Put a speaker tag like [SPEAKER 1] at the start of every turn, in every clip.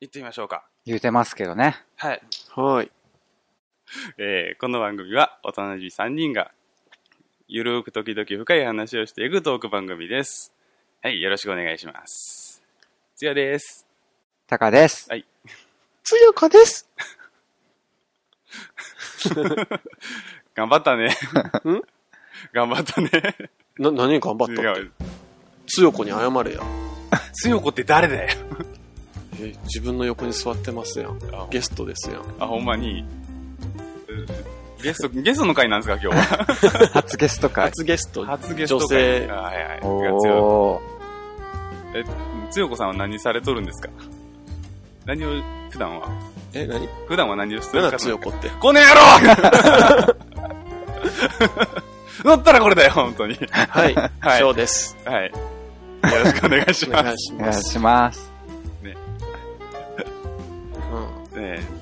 [SPEAKER 1] 行ってみましょうか。
[SPEAKER 2] 言うてますけどね。
[SPEAKER 1] はい。
[SPEAKER 3] はい。
[SPEAKER 1] えーこの番組は大人じ3人がゆるーく時々深い話をしていくトーク番組です。はい、よろしくお願いします。つやです。
[SPEAKER 2] タカです。
[SPEAKER 3] つよかです。
[SPEAKER 1] 頑張ったね。
[SPEAKER 3] ん
[SPEAKER 1] 頑張ったね。
[SPEAKER 3] な、何頑張ったって。つよこに謝れや。
[SPEAKER 1] つよこって誰だよ。
[SPEAKER 3] え、自分の横に座ってますやん。
[SPEAKER 1] あ
[SPEAKER 3] ゲストですやん。
[SPEAKER 1] あ、ほんまに。うんゲスト、ゲストの回なんですか、今日は。
[SPEAKER 2] 初ゲスト会。
[SPEAKER 3] 初ゲスト。
[SPEAKER 1] 初ゲスト
[SPEAKER 3] 女性
[SPEAKER 1] あはいはい。が
[SPEAKER 2] おー。
[SPEAKER 1] つよえ、つよこさんは何されとるんですか何を、普段は
[SPEAKER 3] え、何
[SPEAKER 1] 普段は何をしてる
[SPEAKER 3] 何
[SPEAKER 1] か
[SPEAKER 3] だつよ こって。
[SPEAKER 1] この野郎 乗ったらこれだよ、本当に。
[SPEAKER 3] はい。
[SPEAKER 1] はい
[SPEAKER 3] ショーです。
[SPEAKER 1] はい。よろしくお願いし
[SPEAKER 3] お
[SPEAKER 1] ま
[SPEAKER 3] 願いし
[SPEAKER 2] お願
[SPEAKER 3] ま
[SPEAKER 2] い
[SPEAKER 3] す。
[SPEAKER 2] します。
[SPEAKER 3] うん。
[SPEAKER 1] す。ね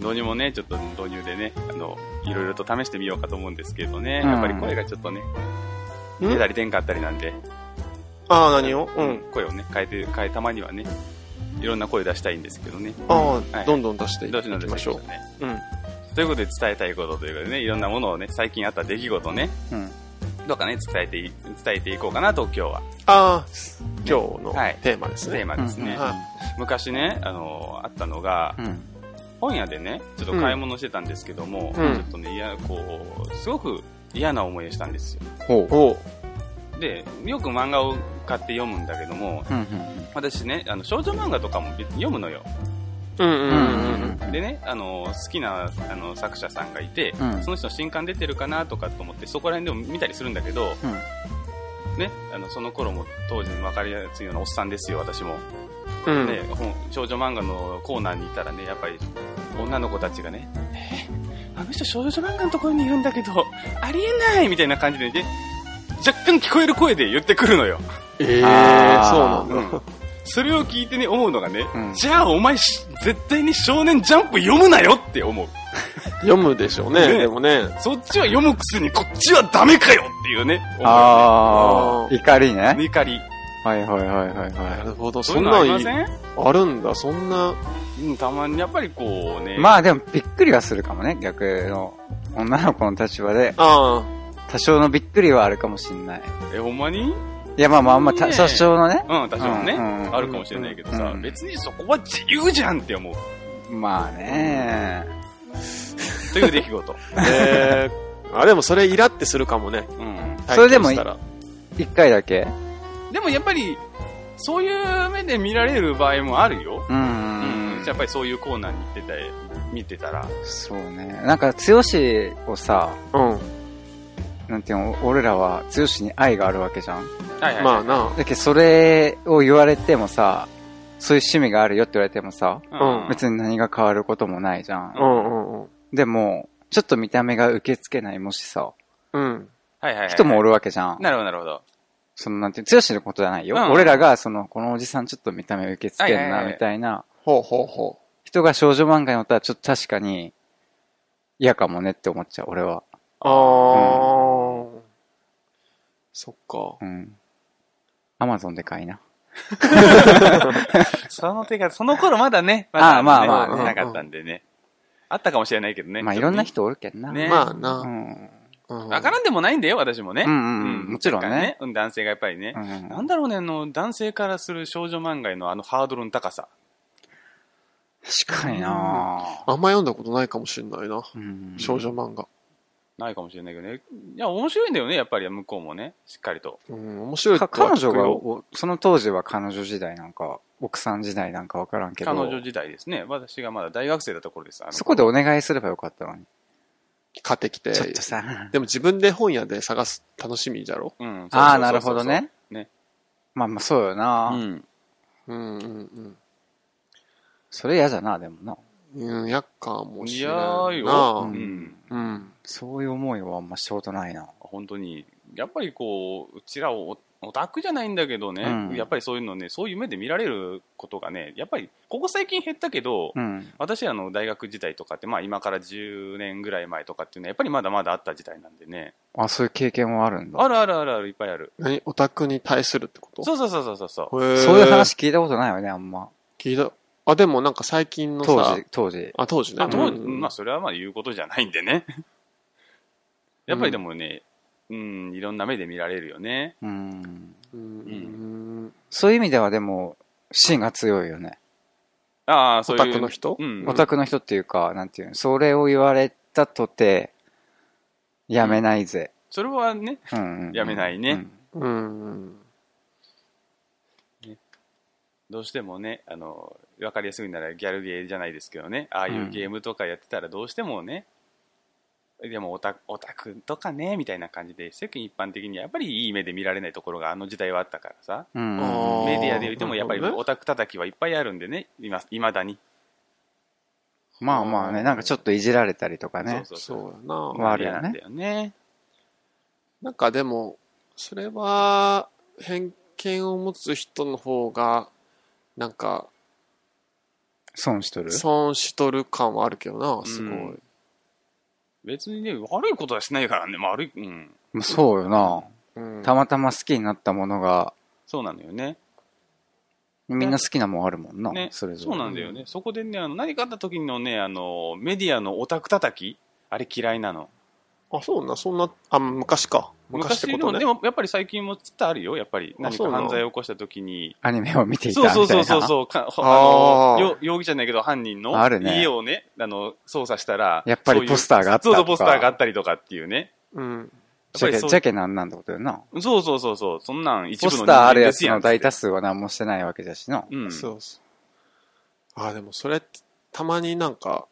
[SPEAKER 1] え導入もね、ちょっと導入でね、あの、いろいろと試してみようかと思うんですけどね、
[SPEAKER 2] うん
[SPEAKER 1] やっぱり声がちょっとね、
[SPEAKER 3] うん
[SPEAKER 1] 出たり出んかったりなんで、
[SPEAKER 3] ああ、何をうん。
[SPEAKER 1] 声をね、変えて、変え、たまにはね、いろんな声出したいんですけどね。
[SPEAKER 3] あ
[SPEAKER 1] は
[SPEAKER 3] あ、
[SPEAKER 1] い
[SPEAKER 3] どんどん出してい
[SPEAKER 1] どうしよう
[SPEAKER 3] きましょ
[SPEAKER 1] どうしようね。
[SPEAKER 3] う。うん。
[SPEAKER 1] ということで伝えたいことということでね、いろんなものをね、最近あった出来事ね、
[SPEAKER 2] うん。
[SPEAKER 1] どうかね、伝えてい、伝えていこうかなと今日は、
[SPEAKER 3] ああ、今日の
[SPEAKER 1] はい
[SPEAKER 3] テーマです
[SPEAKER 1] テー
[SPEAKER 3] ね。
[SPEAKER 1] マですね。
[SPEAKER 3] は
[SPEAKER 1] 昔ね、あのあったのが、
[SPEAKER 2] うん。
[SPEAKER 1] 本屋でね、ちょっと買い物してたんですけども、
[SPEAKER 3] うん
[SPEAKER 1] ちょっとね、いや、こう、すごく嫌な思いをしたんですよ。
[SPEAKER 2] ほう。
[SPEAKER 3] おう。
[SPEAKER 1] で、よく漫画を買って読むんだけども、
[SPEAKER 2] うん。
[SPEAKER 1] 私ね、あの少女漫画とかも別に読むのよ。
[SPEAKER 3] うんう
[SPEAKER 2] うんん。う
[SPEAKER 3] うんうん
[SPEAKER 2] ん。
[SPEAKER 1] でね、あの好きなあの作者さんがいて、
[SPEAKER 2] うん
[SPEAKER 1] その人の新刊出てるかなとかと思って、そこら辺でも見たりするんだけど、
[SPEAKER 2] うん
[SPEAKER 1] ね、あのその頃も当時の分かりやすいようなおっさんですよ、私も。
[SPEAKER 3] うん。
[SPEAKER 1] ね、本少女漫画のコーナーにいたらね、やっぱり女の子たちがね、えーあの人少女漫画のところにいるんだけど、ありえないみたいな感じでね、若干聞こえる声で言ってくるのよ。
[SPEAKER 3] ええ、そう
[SPEAKER 2] あ
[SPEAKER 3] な
[SPEAKER 2] ー
[SPEAKER 3] ん
[SPEAKER 1] う
[SPEAKER 3] だ。
[SPEAKER 1] ん。それを聞いてね、思うのがね、
[SPEAKER 2] うん
[SPEAKER 1] じゃあお前し絶対に少年ジャンプ読むなよって思う。
[SPEAKER 3] 読むでしょう
[SPEAKER 1] ね
[SPEAKER 3] ね、でもね。
[SPEAKER 1] そっちは読むくせにこっちはダメかよっていうね、思う
[SPEAKER 2] あ
[SPEAKER 3] あ
[SPEAKER 2] ー。怒りね。
[SPEAKER 1] 怒り。
[SPEAKER 2] はいはいはいはい
[SPEAKER 3] な
[SPEAKER 2] は
[SPEAKER 3] るほど、
[SPEAKER 1] そうい
[SPEAKER 3] そ
[SPEAKER 1] うんのあ
[SPEAKER 3] な
[SPEAKER 1] りま
[SPEAKER 3] んい
[SPEAKER 1] せん
[SPEAKER 3] あるんだ、そんな。
[SPEAKER 1] うん、たまにやっぱりこうね、
[SPEAKER 2] い。まあでもびっくりはするかもね、逆の。女の子の立場で、
[SPEAKER 3] あ
[SPEAKER 2] 多少のびっくりはあるかもしんない。
[SPEAKER 1] え、ほんまに
[SPEAKER 2] いやまあまあまあ、た
[SPEAKER 1] ねえ
[SPEAKER 2] 多少のね。
[SPEAKER 1] うん、多少ね、
[SPEAKER 2] うんうん
[SPEAKER 1] あるかもしれないけどさ、
[SPEAKER 2] うん
[SPEAKER 1] 別にそこは自由じゃんって思う。
[SPEAKER 2] まあね
[SPEAKER 1] という出来 事。
[SPEAKER 3] あ。ええ。あ、でもそれイラってするかもね。
[SPEAKER 1] うん。
[SPEAKER 2] それでも
[SPEAKER 3] 体験したら
[SPEAKER 2] 一回だけ。
[SPEAKER 1] でもやっぱり、そういう目で見られる場合もあるよ。
[SPEAKER 2] う。
[SPEAKER 1] うんやっぱりそういうコーナーに行ってたり、見てたら。
[SPEAKER 2] そうね。なんか、つよしをさ、
[SPEAKER 3] うん。
[SPEAKER 2] なんていうの、俺らは、つよしに愛があるわけじゃん。
[SPEAKER 1] はいはい。
[SPEAKER 3] まあな。
[SPEAKER 2] だけど、それを言われてもさ、そういう趣味があるよって言われてもさ、
[SPEAKER 3] うん
[SPEAKER 2] 別に何が変わることもないじゃ。
[SPEAKER 3] うんんうんうん。
[SPEAKER 2] でも、ちょっと見た目が受け付けない、もしさ、
[SPEAKER 3] うん。
[SPEAKER 1] はいはいはい。
[SPEAKER 2] 人もおるわけじゃん。
[SPEAKER 1] なるほど、なるほど。
[SPEAKER 2] その、なんていう、つよしのことじゃないよ。
[SPEAKER 1] うん
[SPEAKER 2] 俺らが、その、このおじさんちょっと見た目受け付け
[SPEAKER 1] はい
[SPEAKER 2] ん
[SPEAKER 1] はい
[SPEAKER 2] な、
[SPEAKER 1] はい
[SPEAKER 2] みたいな、
[SPEAKER 3] ほうほうほ
[SPEAKER 2] 人が少女漫画におったら、ちょっと確かに、嫌かもねって思っちゃう、俺は。
[SPEAKER 3] う。ああ。そっか。
[SPEAKER 2] うん。アマゾンで買いな。
[SPEAKER 1] その手が、その頃まだね、 ま
[SPEAKER 2] あ
[SPEAKER 1] だ
[SPEAKER 2] あまあ
[SPEAKER 1] ね
[SPEAKER 2] まあ
[SPEAKER 3] ね
[SPEAKER 1] なかったんでね。あったかもしれないけどね。
[SPEAKER 2] まあ、
[SPEAKER 1] ちょっ
[SPEAKER 2] い
[SPEAKER 1] と
[SPEAKER 2] ろん
[SPEAKER 1] ね
[SPEAKER 2] な。人おるけんな。
[SPEAKER 1] ね
[SPEAKER 3] まあ
[SPEAKER 2] う
[SPEAKER 3] な。
[SPEAKER 2] ん。
[SPEAKER 1] わからんでもないんだよ、私もね。
[SPEAKER 2] うんうんうんもちろんね
[SPEAKER 1] だからうん男性がやっぱりね。
[SPEAKER 2] うん
[SPEAKER 1] なんだろうね、あの、男性からする少女漫画へのあのハードルの高さ。
[SPEAKER 2] 確かにな
[SPEAKER 3] あんま読んだことないかもしれないな。
[SPEAKER 2] うん
[SPEAKER 3] 少女漫画。
[SPEAKER 1] ないかもしれないけどね。いや、面白いんだよね、やっぱり向こうもね、しっかりと。
[SPEAKER 3] うん、面白い
[SPEAKER 2] か
[SPEAKER 3] とは
[SPEAKER 2] 彼
[SPEAKER 3] 聞
[SPEAKER 2] 女
[SPEAKER 3] く
[SPEAKER 2] が
[SPEAKER 3] よ。
[SPEAKER 2] お、その当時は彼女時代なんか、奥さん時代なんかわからんけど、
[SPEAKER 1] 彼女時代ですね。私がまだ大学生だった頃です。あの
[SPEAKER 2] そこでお願いすればよかったのに。
[SPEAKER 3] 買ってきて。
[SPEAKER 2] ちょっとさ、
[SPEAKER 3] でも自分で本屋で探す楽しみじゃろ
[SPEAKER 1] うん。そうそうそうそう
[SPEAKER 2] ああ、なるほど。ね。
[SPEAKER 1] ね
[SPEAKER 2] まあまあ、そうよな、
[SPEAKER 1] うん。
[SPEAKER 3] うんうん
[SPEAKER 2] それ嫌じゃな、でもな。
[SPEAKER 3] うん。うん、やっかも
[SPEAKER 1] い
[SPEAKER 3] しれ
[SPEAKER 1] や
[SPEAKER 3] ない
[SPEAKER 1] ー
[SPEAKER 3] な
[SPEAKER 1] よ。う
[SPEAKER 2] うん
[SPEAKER 1] ん。
[SPEAKER 3] うん。
[SPEAKER 2] そういう思いはあんましたことないな。
[SPEAKER 1] 本当に。やっぱりこう、うちらをオオタクじゃないんだけどね、
[SPEAKER 2] うん
[SPEAKER 1] やっぱりそういうのね、そういう目で見られることがね、やっぱり、ここ最近減ったけど、
[SPEAKER 2] うん。
[SPEAKER 1] 私あの大学時代とかって、まあ今から10年ぐらい前とかっていうのは、やっぱりまだまだあった時代なんでね。
[SPEAKER 2] あ、そういう経験はあるんだ。
[SPEAKER 1] あるあるあるある、いっぱいある。
[SPEAKER 3] 何オタクに対するってこと
[SPEAKER 1] そうそうそうそうそうそう。
[SPEAKER 3] へー
[SPEAKER 2] そういう話聞いたことないよね、あんま。
[SPEAKER 3] 聞いた、あ、でもなんか最近の
[SPEAKER 2] 当
[SPEAKER 3] さ
[SPEAKER 2] 時、、当時。
[SPEAKER 3] あ、当時ね。
[SPEAKER 1] あ当時
[SPEAKER 3] うん
[SPEAKER 1] まあ、それはまあ言うことじゃないんでね。 やっぱりでもね、うん、いろんな目で見られるよね。
[SPEAKER 2] うん。
[SPEAKER 3] うん。
[SPEAKER 2] そういう意味ではでも、芯が強いよね。
[SPEAKER 1] ああ、そ
[SPEAKER 3] オ
[SPEAKER 1] ういう。
[SPEAKER 3] タクの人
[SPEAKER 1] うん。
[SPEAKER 2] オタクの人っていうか、なんていうの、それを言われたとて、やめないぜ。
[SPEAKER 1] それはね、
[SPEAKER 2] うんうん
[SPEAKER 1] やめないね
[SPEAKER 2] うん
[SPEAKER 3] うん。
[SPEAKER 1] どうしてもね、あの、わかりやすいならギャルゲーじゃないですけどね、ああいうゲームとかやってたらどうしてもね、でもオタオタクとかね、みたいな感じで、世間一般的にやっぱりいい目で見られないところがあの時代はあったからさ、
[SPEAKER 2] うん
[SPEAKER 3] あー
[SPEAKER 1] メディアで言ってもやっぱり
[SPEAKER 3] なるほど
[SPEAKER 1] オタク叩きはいっぱいあるんでね、いまだに。
[SPEAKER 2] まあまあね、なんかちょっといじられたりとかね。
[SPEAKER 1] そうそう
[SPEAKER 3] そう
[SPEAKER 1] そ
[SPEAKER 3] やな
[SPEAKER 1] う。。
[SPEAKER 2] まああるよね
[SPEAKER 1] 嫌なんだよね。
[SPEAKER 3] なんかでも、それは、偏見を持つ人の方が、なんか、
[SPEAKER 2] 損しとる
[SPEAKER 3] 損しとる感はあるけどな、すごい。
[SPEAKER 1] うん別にね、悪いことはしないからね、まあ、悪い、うん。
[SPEAKER 2] まあそうよな。
[SPEAKER 3] うん
[SPEAKER 2] たまたま好きになったものが、
[SPEAKER 1] そうなのよね。
[SPEAKER 2] みんな好きなもんあるもんな
[SPEAKER 1] ね、、
[SPEAKER 2] それぞれ。
[SPEAKER 1] うなんだよね。そこでね、あの何かあった時のね、あの、メディアのオタク叩き、あれ嫌いなの。
[SPEAKER 3] あ、そうな、そんな、あ、昔か。昔ってこ
[SPEAKER 1] でも、
[SPEAKER 3] とね
[SPEAKER 1] で。もやっぱり最近もつったあるよ、やっぱり。何
[SPEAKER 3] そう
[SPEAKER 1] か
[SPEAKER 3] なの
[SPEAKER 1] 犯罪を起こした時に。
[SPEAKER 2] アニメを見ていた
[SPEAKER 1] そ
[SPEAKER 2] み
[SPEAKER 1] う
[SPEAKER 2] たいな。
[SPEAKER 1] そうそうそうそうか
[SPEAKER 3] あー
[SPEAKER 1] あのよ容疑者じゃないけど犯人の
[SPEAKER 2] あるね
[SPEAKER 1] 家をねあの捜査したら
[SPEAKER 2] やっぱり
[SPEAKER 1] そういう
[SPEAKER 2] ポスターがあった
[SPEAKER 1] そうそう
[SPEAKER 2] と
[SPEAKER 1] ポ
[SPEAKER 2] か
[SPEAKER 1] スターがあったりとかっていうね
[SPEAKER 3] うん。
[SPEAKER 2] じゃ
[SPEAKER 1] やっぱ
[SPEAKER 2] け、
[SPEAKER 1] りそう
[SPEAKER 2] じゃけなんなんてことよな。
[SPEAKER 1] そうそうそうそうそんなん一
[SPEAKER 2] ポ
[SPEAKER 1] 部の
[SPEAKER 2] スターあるやつ
[SPEAKER 1] 人間
[SPEAKER 2] の
[SPEAKER 1] ですやん
[SPEAKER 2] 大多数は何もしてないわけだしな。
[SPEAKER 1] うん
[SPEAKER 3] そうそう。あ、でもそれって、たまになんか、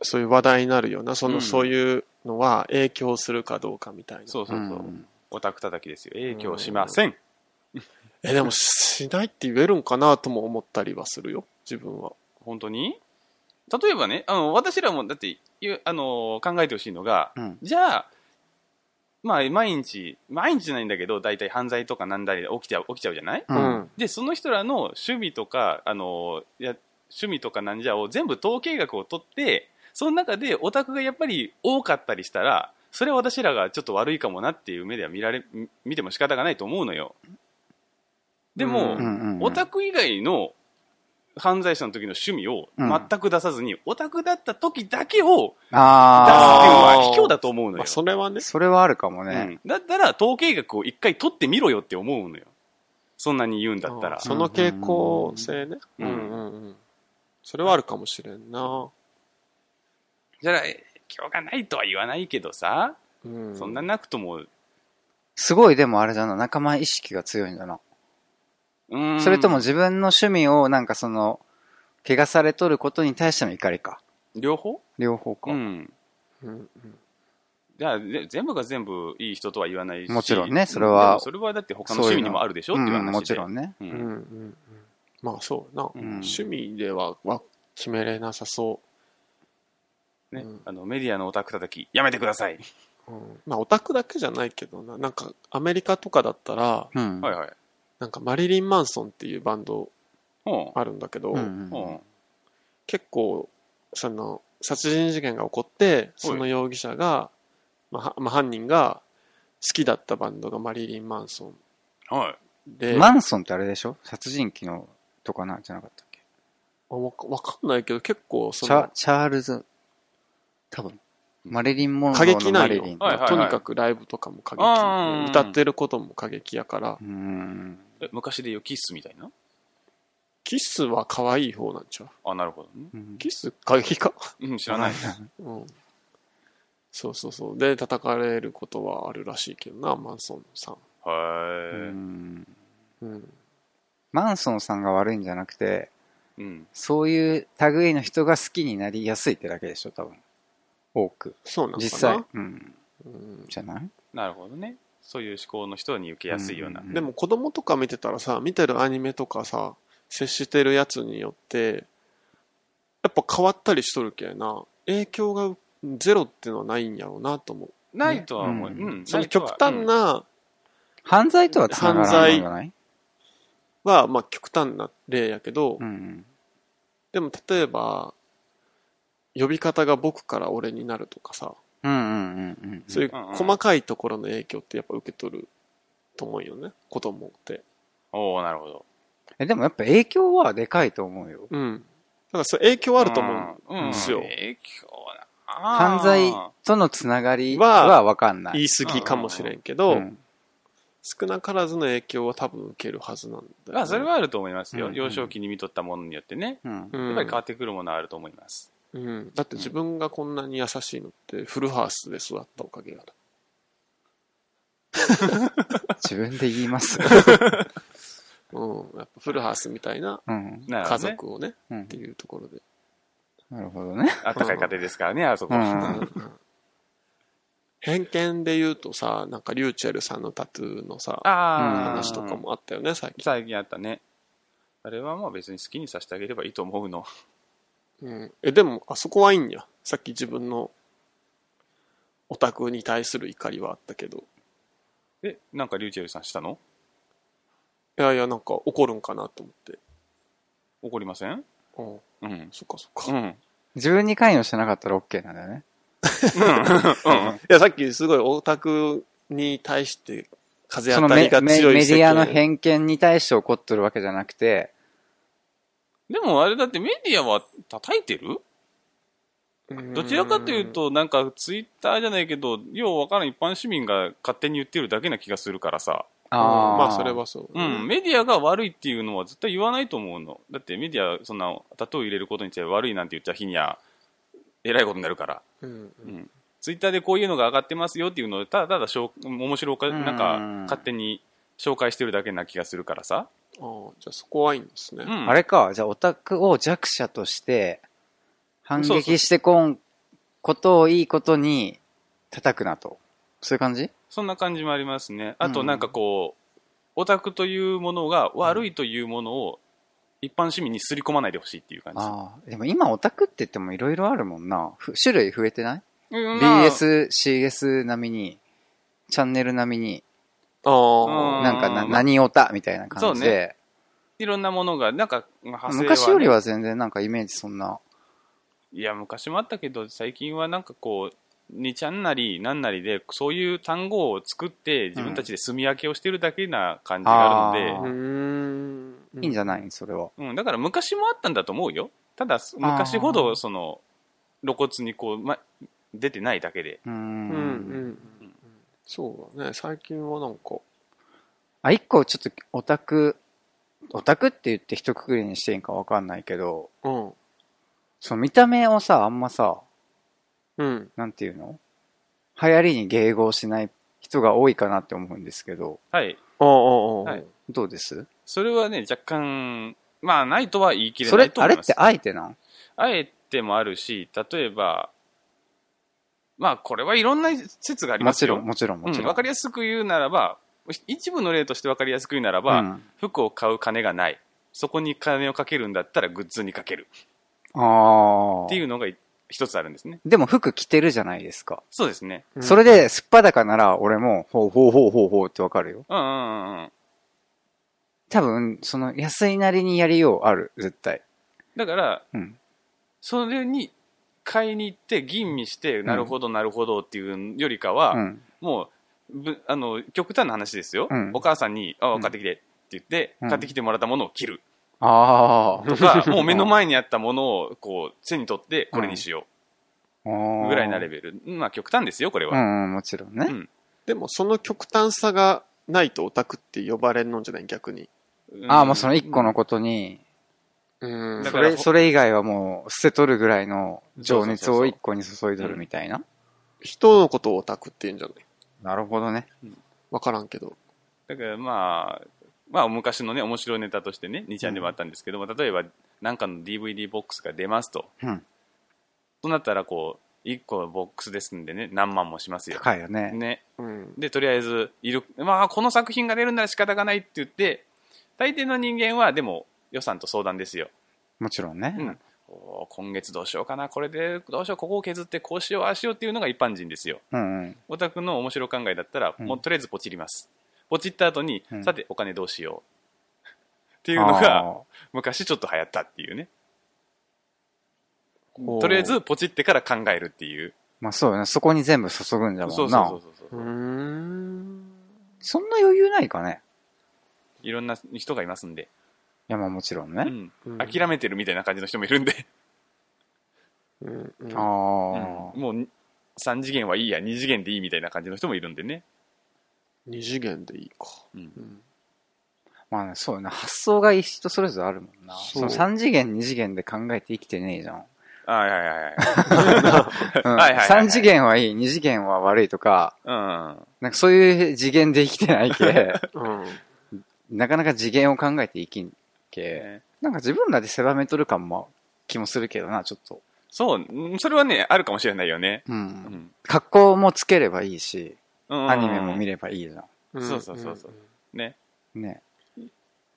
[SPEAKER 3] そういう話題になるよな。その、
[SPEAKER 1] うん
[SPEAKER 3] そういうのは影響するかどうかみたいな。
[SPEAKER 1] そうそうそう、
[SPEAKER 2] ん
[SPEAKER 1] オタク叩きですよ影響しません
[SPEAKER 3] え、でもしないって言えるんかなとも思ったりはするよ、自分は。
[SPEAKER 1] 本当に例えばねあの私らもだっていうあの考えてほしいのが
[SPEAKER 2] うん。
[SPEAKER 1] じゃあまあ毎日毎日じゃないんだけど大体犯罪とかなんだり起きちゃう起きちゃうじゃない、
[SPEAKER 2] うん。
[SPEAKER 1] でその人らの趣味とかあのや趣味とかなんじゃを全部統計学を取ってその中でオタクがやっぱり多かったりしたらそれは私らがちょっと悪いかもなっていう目では見られみ見ても仕方がないと思うのよでも、
[SPEAKER 3] う
[SPEAKER 2] うんうん。
[SPEAKER 1] オタク以外の犯罪者の時の趣味を
[SPEAKER 2] うん
[SPEAKER 1] 全く出さずに、オタクだった時だけを出すっていうの
[SPEAKER 2] あ
[SPEAKER 1] は卑怯だと思うの
[SPEAKER 3] ま
[SPEAKER 1] よ
[SPEAKER 3] あ、。それはね
[SPEAKER 2] あ。。それはあるかも
[SPEAKER 1] う
[SPEAKER 2] ね。
[SPEAKER 1] んだったら統計学を一回取ってみろよって思うのよ。そんなに言うんだった
[SPEAKER 3] あ
[SPEAKER 1] ら。
[SPEAKER 3] その傾向性ね。
[SPEAKER 1] う
[SPEAKER 3] うんんうんうん。それはあるかもしれんな。
[SPEAKER 1] じゃあ、影響がないとは言わないけどさ、
[SPEAKER 3] うん。
[SPEAKER 1] そんななくとも、
[SPEAKER 2] すごいでもあれだな、仲間意識が強いんだな。
[SPEAKER 1] うーん
[SPEAKER 2] それとも、自分の趣味をなんかその、怪我されとることに対しての怒りか。
[SPEAKER 1] 両方
[SPEAKER 2] 両方か
[SPEAKER 1] う。ん。
[SPEAKER 3] うん
[SPEAKER 1] じゃあ、ぜ全部が全部いい人とは言わないし。
[SPEAKER 2] もちろんねそれは
[SPEAKER 1] でもそれはだって他の趣味にもあるでしょっていう話
[SPEAKER 2] う
[SPEAKER 1] で。
[SPEAKER 2] んもちろんね。
[SPEAKER 1] う。
[SPEAKER 3] うんんうんうん。まあそうやな。
[SPEAKER 1] うん
[SPEAKER 3] 趣味ではは決めれなさそ
[SPEAKER 1] ね
[SPEAKER 3] うん
[SPEAKER 1] あの、メディアのオタク叩き、やめてください。
[SPEAKER 3] う。うん、まあオタクだけじゃないけどな。なんかアメリカとかだったら、
[SPEAKER 2] うん。
[SPEAKER 1] はいはい。
[SPEAKER 3] なんかマリリン・マンソンっていうバンド
[SPEAKER 1] ほ
[SPEAKER 3] あるんだけど、
[SPEAKER 2] うん
[SPEAKER 1] う。うん。
[SPEAKER 3] 結構その殺人事件が起こってその容疑者が、まあはまあ、犯人が好きだったバンドがマリリン・マンソン
[SPEAKER 1] はい。
[SPEAKER 2] う
[SPEAKER 3] で、
[SPEAKER 2] ん。マンソンってあれでしょ殺人鬼のとかなんじゃなかったっけ
[SPEAKER 3] あわかわかんないけど結構そ
[SPEAKER 2] チャ
[SPEAKER 3] の
[SPEAKER 2] チャールズ、多分。マリリン・モンロ
[SPEAKER 3] 過
[SPEAKER 2] ー
[SPEAKER 3] 激
[SPEAKER 2] の
[SPEAKER 3] な
[SPEAKER 2] マ
[SPEAKER 3] ん
[SPEAKER 2] リ
[SPEAKER 3] よ、
[SPEAKER 2] リン。
[SPEAKER 1] はいはいはい
[SPEAKER 3] とにかくライブとかも過激
[SPEAKER 1] あー
[SPEAKER 3] 歌ってることも過激やから
[SPEAKER 2] うん。
[SPEAKER 1] え昔で言うキッスみたいな
[SPEAKER 3] キスは可愛い方なんちゃう
[SPEAKER 1] あ、なるほど ね。
[SPEAKER 2] うん
[SPEAKER 3] キス過激か、
[SPEAKER 1] うん、知らない。
[SPEAKER 3] うん、そうそうそうで叩かれることはあるらしいけどなマンソンさん
[SPEAKER 2] う
[SPEAKER 1] は
[SPEAKER 2] ん
[SPEAKER 3] うん
[SPEAKER 2] マンソンさんが悪いんじゃなくて、
[SPEAKER 1] い。うん。
[SPEAKER 2] そういう類の人が好きになりやすいってだけでしょ、多分。多く。
[SPEAKER 3] そうなんかな
[SPEAKER 2] 実際。うん。
[SPEAKER 3] うん
[SPEAKER 2] じゃない
[SPEAKER 1] なるほどね。そういう思考の人に受けやすいような。
[SPEAKER 2] うん
[SPEAKER 3] でも子供とか見てたらさ、見てるアニメとかさ、接してるやつによって、やっぱ変わったりしとるけんな、影響がゼロっていうのはないんやろうなと思う。
[SPEAKER 1] ないとは思う。う
[SPEAKER 2] ね
[SPEAKER 1] ん。ないと
[SPEAKER 3] そ
[SPEAKER 1] は
[SPEAKER 3] の極端
[SPEAKER 1] うん
[SPEAKER 3] な、
[SPEAKER 2] 犯罪とは繋がらないんじゃない
[SPEAKER 3] は、まあ極端な例やけど、
[SPEAKER 2] うん。
[SPEAKER 3] でも例えば、呼び方が僕から俺になるとかさ、
[SPEAKER 2] うんうんうんうん。
[SPEAKER 3] そういう
[SPEAKER 1] うんうんうん
[SPEAKER 3] 細かいところの影響ってやっぱ受け取ると思うよね、子供って。
[SPEAKER 1] おおなるほど。
[SPEAKER 2] え、でもやっぱ影響はでかいと思うよ。
[SPEAKER 3] うん。からそれ影響あると思
[SPEAKER 1] うん
[SPEAKER 3] ですよ
[SPEAKER 1] 影響な
[SPEAKER 2] 犯罪とのつながり
[SPEAKER 3] は
[SPEAKER 2] はわかん
[SPEAKER 3] う。
[SPEAKER 2] ない。
[SPEAKER 3] 言い過ぎかもしれんけど、
[SPEAKER 2] うん
[SPEAKER 3] 少なからずの影響は多分受けるはずなんだよね、
[SPEAKER 1] まあ、それはあると思いますよ。
[SPEAKER 2] うん
[SPEAKER 1] 幼少期に見とったものによってね。
[SPEAKER 2] うん
[SPEAKER 3] う。ん、
[SPEAKER 1] やっぱり変わってくるものはあると思います。
[SPEAKER 3] うん、だって自分がこんなに優しいのってフルハウスで育ったおかげだと。
[SPEAKER 2] 自分で言い ます。
[SPEAKER 3] うん、やっぱフルハウスみたいな
[SPEAKER 2] うん。
[SPEAKER 1] なるほ
[SPEAKER 3] 家
[SPEAKER 1] どね。
[SPEAKER 3] 族をね、
[SPEAKER 2] うん
[SPEAKER 3] っていうところで。
[SPEAKER 2] なるほどね。
[SPEAKER 1] あったかい家庭ですからね、あそこ。
[SPEAKER 2] う
[SPEAKER 3] うん
[SPEAKER 2] ん
[SPEAKER 3] 偏見で言うとさ、なんかリューチェルさんのタトゥーのさ、
[SPEAKER 1] ああ、
[SPEAKER 3] 話とか。もあったよね、最近。
[SPEAKER 1] 最近あったね。あれはもう別に好きにさせてあげればいいと思うの。
[SPEAKER 3] うん、え、でも、あそこはいいんや。さっき自分のオタクに対する怒りはあったけど。
[SPEAKER 1] え、なんかリューチェルさんしたの
[SPEAKER 3] いやいや、なんか怒るんかなと思って。
[SPEAKER 1] 怒りません
[SPEAKER 3] うん、
[SPEAKER 1] うん。うん。
[SPEAKER 3] そっかそっか。
[SPEAKER 1] う
[SPEAKER 3] い
[SPEAKER 1] ん。
[SPEAKER 2] 自分に関与してなかったら OK なんだよね。
[SPEAKER 1] うん。
[SPEAKER 3] や、さっきすごいオタクに対して風
[SPEAKER 2] そ
[SPEAKER 3] 当
[SPEAKER 2] の
[SPEAKER 3] たり
[SPEAKER 2] メ
[SPEAKER 3] が
[SPEAKER 2] メ
[SPEAKER 3] 強い
[SPEAKER 2] メディアの
[SPEAKER 3] 世間
[SPEAKER 2] 偏見に対して怒っとるわけじゃなくて、
[SPEAKER 1] でもあれだってメディアは叩いてるどちらかという、と、なんかツイッターじゃないけど、ようわからん一般市民が勝手に言ってるだけな気がするからさ。
[SPEAKER 3] うん
[SPEAKER 2] ああ。
[SPEAKER 3] まあそれ。はそう。
[SPEAKER 1] うん、メディアが悪いっていうのは絶対言わないと思うの。だってメディア、そんな、タトゥー入れることについて悪いなんて言っちゃ日にゃ、えらいことになるから。
[SPEAKER 3] うん
[SPEAKER 1] う。ん。ツイッターでこういうのが上がってますよっていうのを、ただただしょう、面白おか、
[SPEAKER 2] うん
[SPEAKER 1] なんか、勝手に紹介してるだけな気がするからさ。
[SPEAKER 3] ああ、じゃあそこはいいんですね。
[SPEAKER 1] うん。
[SPEAKER 2] あれか、じゃあオタクを弱者として、反撃してこんことをいいことに叩くなと。そういう感じ
[SPEAKER 1] そんな感じもありますね。あと、
[SPEAKER 2] うん
[SPEAKER 1] なんかこう、オタクというものが悪いというものを、一般市民に刷り込まないでほしいっていう感じです。
[SPEAKER 2] ああ。でも今オタクって言ってもいろいろあるもんな。ふ種類増えてない
[SPEAKER 1] うんまあ
[SPEAKER 2] ?BS、CS 並みに、チャンネル並みに、
[SPEAKER 3] ああ、
[SPEAKER 2] なんかな、
[SPEAKER 1] うん
[SPEAKER 2] 何オタみたいな感じ
[SPEAKER 1] そう
[SPEAKER 2] で、
[SPEAKER 1] いろんなものが、なんか、派生はね
[SPEAKER 2] 昔よりは全然なんかイメージそんな。
[SPEAKER 1] いや、昔もあったけど、最近はなんかこう、2ちゃんなり、なんなりで、そういう単語を作って、自分たちで住み分けをしてるだけな感じがある
[SPEAKER 2] あ
[SPEAKER 1] の
[SPEAKER 2] ー
[SPEAKER 1] で、
[SPEAKER 3] ん。
[SPEAKER 2] いいんじ
[SPEAKER 3] ゃ
[SPEAKER 2] ゃないそれは。
[SPEAKER 1] うん、だから昔もあったんだと思うよ。ただ、昔ほど、その、露骨にこう、ま、出てないだけで。
[SPEAKER 2] うー
[SPEAKER 3] うんうんうん
[SPEAKER 2] ん。
[SPEAKER 3] うん。そうだね。最近はなんか、
[SPEAKER 2] あ、一個ちょっとオタク、オタクって言って一括りにしていいんかわかんないけど、
[SPEAKER 3] うん。
[SPEAKER 2] その見た目をさ、あんまさ、
[SPEAKER 3] うん。
[SPEAKER 2] なんていうの流行りに迎合しない人が多いかなって思うんですけど、
[SPEAKER 1] はい。
[SPEAKER 3] ああ、ああ、
[SPEAKER 1] は
[SPEAKER 3] はいい。
[SPEAKER 2] どうです
[SPEAKER 1] それはね、若干、まあ、ないとは言い切れ
[SPEAKER 2] そ
[SPEAKER 1] ない
[SPEAKER 2] れ、
[SPEAKER 1] と
[SPEAKER 2] あ
[SPEAKER 1] 思
[SPEAKER 2] れ
[SPEAKER 1] いま
[SPEAKER 2] っ
[SPEAKER 1] す
[SPEAKER 2] て。あえてなん
[SPEAKER 1] あえてもあるし、例えば、まあ、これはいろんな説があり
[SPEAKER 2] も
[SPEAKER 1] ます
[SPEAKER 2] ち
[SPEAKER 1] よ。
[SPEAKER 2] ろん、もちろん、もち
[SPEAKER 1] う
[SPEAKER 2] ろ
[SPEAKER 1] ん、
[SPEAKER 2] ん。
[SPEAKER 1] わかりやすく言うならば、一部の例としてわかりやすく言うならば、
[SPEAKER 2] うん
[SPEAKER 1] 服を買う金がない。そこに金をかけるんだったらグッズにかける。
[SPEAKER 2] ああ。
[SPEAKER 1] っていうのが一つあるんですね。
[SPEAKER 2] でも服着てるじゃないですか。
[SPEAKER 1] そうですね。
[SPEAKER 3] うん
[SPEAKER 2] それで、すっぱだかなら、俺も、ほうほうほうほうほうってわかるよ。
[SPEAKER 1] うんうんうんうん。
[SPEAKER 2] 多分、その、安いなりにやりようある、絶対。
[SPEAKER 1] だから、
[SPEAKER 2] うん。
[SPEAKER 1] それに買いに行って吟味して、なるほどなるほどっていうよりか
[SPEAKER 2] う
[SPEAKER 1] は、
[SPEAKER 2] ん。
[SPEAKER 1] もう、ぶあの、極端な話ですよ。
[SPEAKER 2] うん
[SPEAKER 1] お母さんに、あ
[SPEAKER 2] ん
[SPEAKER 1] 買ってきてって言って、
[SPEAKER 2] うん
[SPEAKER 1] 買ってきてもらったものを着る。
[SPEAKER 2] ああ。
[SPEAKER 1] と か、もう目の前にあったものを、こう、手に取って、これにしよう。
[SPEAKER 2] ぐ
[SPEAKER 1] ぐらいなレベル。まあ、極端ですよ、これ
[SPEAKER 2] う
[SPEAKER 1] は。
[SPEAKER 2] んうん、もちろん
[SPEAKER 1] う
[SPEAKER 2] ね。
[SPEAKER 1] ん
[SPEAKER 3] でも、その極端さがないとオタクって呼ばれるのじゃない逆に。
[SPEAKER 2] ああ、もうその一個のことに、
[SPEAKER 3] うん
[SPEAKER 1] だ
[SPEAKER 2] そ
[SPEAKER 1] から
[SPEAKER 2] れ、それ以外はもう捨てとるぐらいの情熱を一個に注いどるみたいな。
[SPEAKER 3] 人のことをオタクって言うんじゃない
[SPEAKER 2] なるほどね。
[SPEAKER 3] わからんけど。
[SPEAKER 1] だからまあ、まあ昔のね、面白いネタとしてね、2ちゃんでもあったんですけども、例えば、なんかの DVD ボックスが出ますと。
[SPEAKER 2] うん。
[SPEAKER 1] となったら、こう、1個のボックスですんでね、何万もしますよ。
[SPEAKER 2] 高いよね。
[SPEAKER 1] ね。
[SPEAKER 3] うん。
[SPEAKER 1] で、とりあえず、いる、まあ、この作品が出るなら仕方がないって言って、大抵の人間は、でも、予算と相談ですよ。
[SPEAKER 2] もちろんね。
[SPEAKER 1] うん。おー今月どうしようかな、これで、どうしよう、ここを削って、こうしよう、ああしようっていうのが一般人ですよ。
[SPEAKER 2] うんうん。
[SPEAKER 1] オタクの面白考えだったら、
[SPEAKER 2] うん
[SPEAKER 1] もうとりあえずポチります。ポチった後に、
[SPEAKER 2] うん
[SPEAKER 1] さて、お金どうしよう。 って
[SPEAKER 2] て
[SPEAKER 1] いうのが、、昔ちょっと流行ったっていうね。
[SPEAKER 3] ほう
[SPEAKER 1] とりあえ、ず、ポチってから考えるっていう。
[SPEAKER 2] まあそうよね。そこに全部注ぐんじゃ
[SPEAKER 1] そ
[SPEAKER 2] も
[SPEAKER 1] うんそう
[SPEAKER 2] な
[SPEAKER 1] そう。そう
[SPEAKER 3] う
[SPEAKER 1] そう。
[SPEAKER 3] ん。
[SPEAKER 2] そんな余裕ないかね。
[SPEAKER 1] いろんな人がいますんで。
[SPEAKER 2] や、まあもちろん
[SPEAKER 1] う
[SPEAKER 2] ね。
[SPEAKER 1] ん、
[SPEAKER 3] うん
[SPEAKER 1] 諦めてるみたいな感じの人もいるんで、
[SPEAKER 3] うんうん
[SPEAKER 2] ああ、
[SPEAKER 1] もう3次元はいいや、2次元でいいみたいな感じの人もいるんでね。
[SPEAKER 3] 二次元でいいか。
[SPEAKER 1] うん
[SPEAKER 3] うん
[SPEAKER 2] まあね、そうよな。発想が人それぞれあるもんな。
[SPEAKER 3] そ
[SPEAKER 2] そうの3次元、2次元で考えて生きてね えじゃん。
[SPEAKER 1] はいはいはいはい。
[SPEAKER 2] う
[SPEAKER 1] はい
[SPEAKER 2] ん
[SPEAKER 1] はいはいはい
[SPEAKER 2] 3次元はいい、2次元は悪いとか、
[SPEAKER 1] うん。
[SPEAKER 2] なんかそういう次元で生きてないけ、
[SPEAKER 3] うん。
[SPEAKER 2] なかなか次元を考えて生きんけ、なんか自分らで狭めとる感も気もするけどな、ちょっと。
[SPEAKER 1] そう、うんそれはね、あるかもしれないよね。
[SPEAKER 2] う。
[SPEAKER 1] うんん。
[SPEAKER 2] 格好もつければいいし、
[SPEAKER 1] うん
[SPEAKER 2] アニメも見ればいいじゃ
[SPEAKER 3] うん
[SPEAKER 1] そうそうそうそう。ね。
[SPEAKER 2] ん。ね。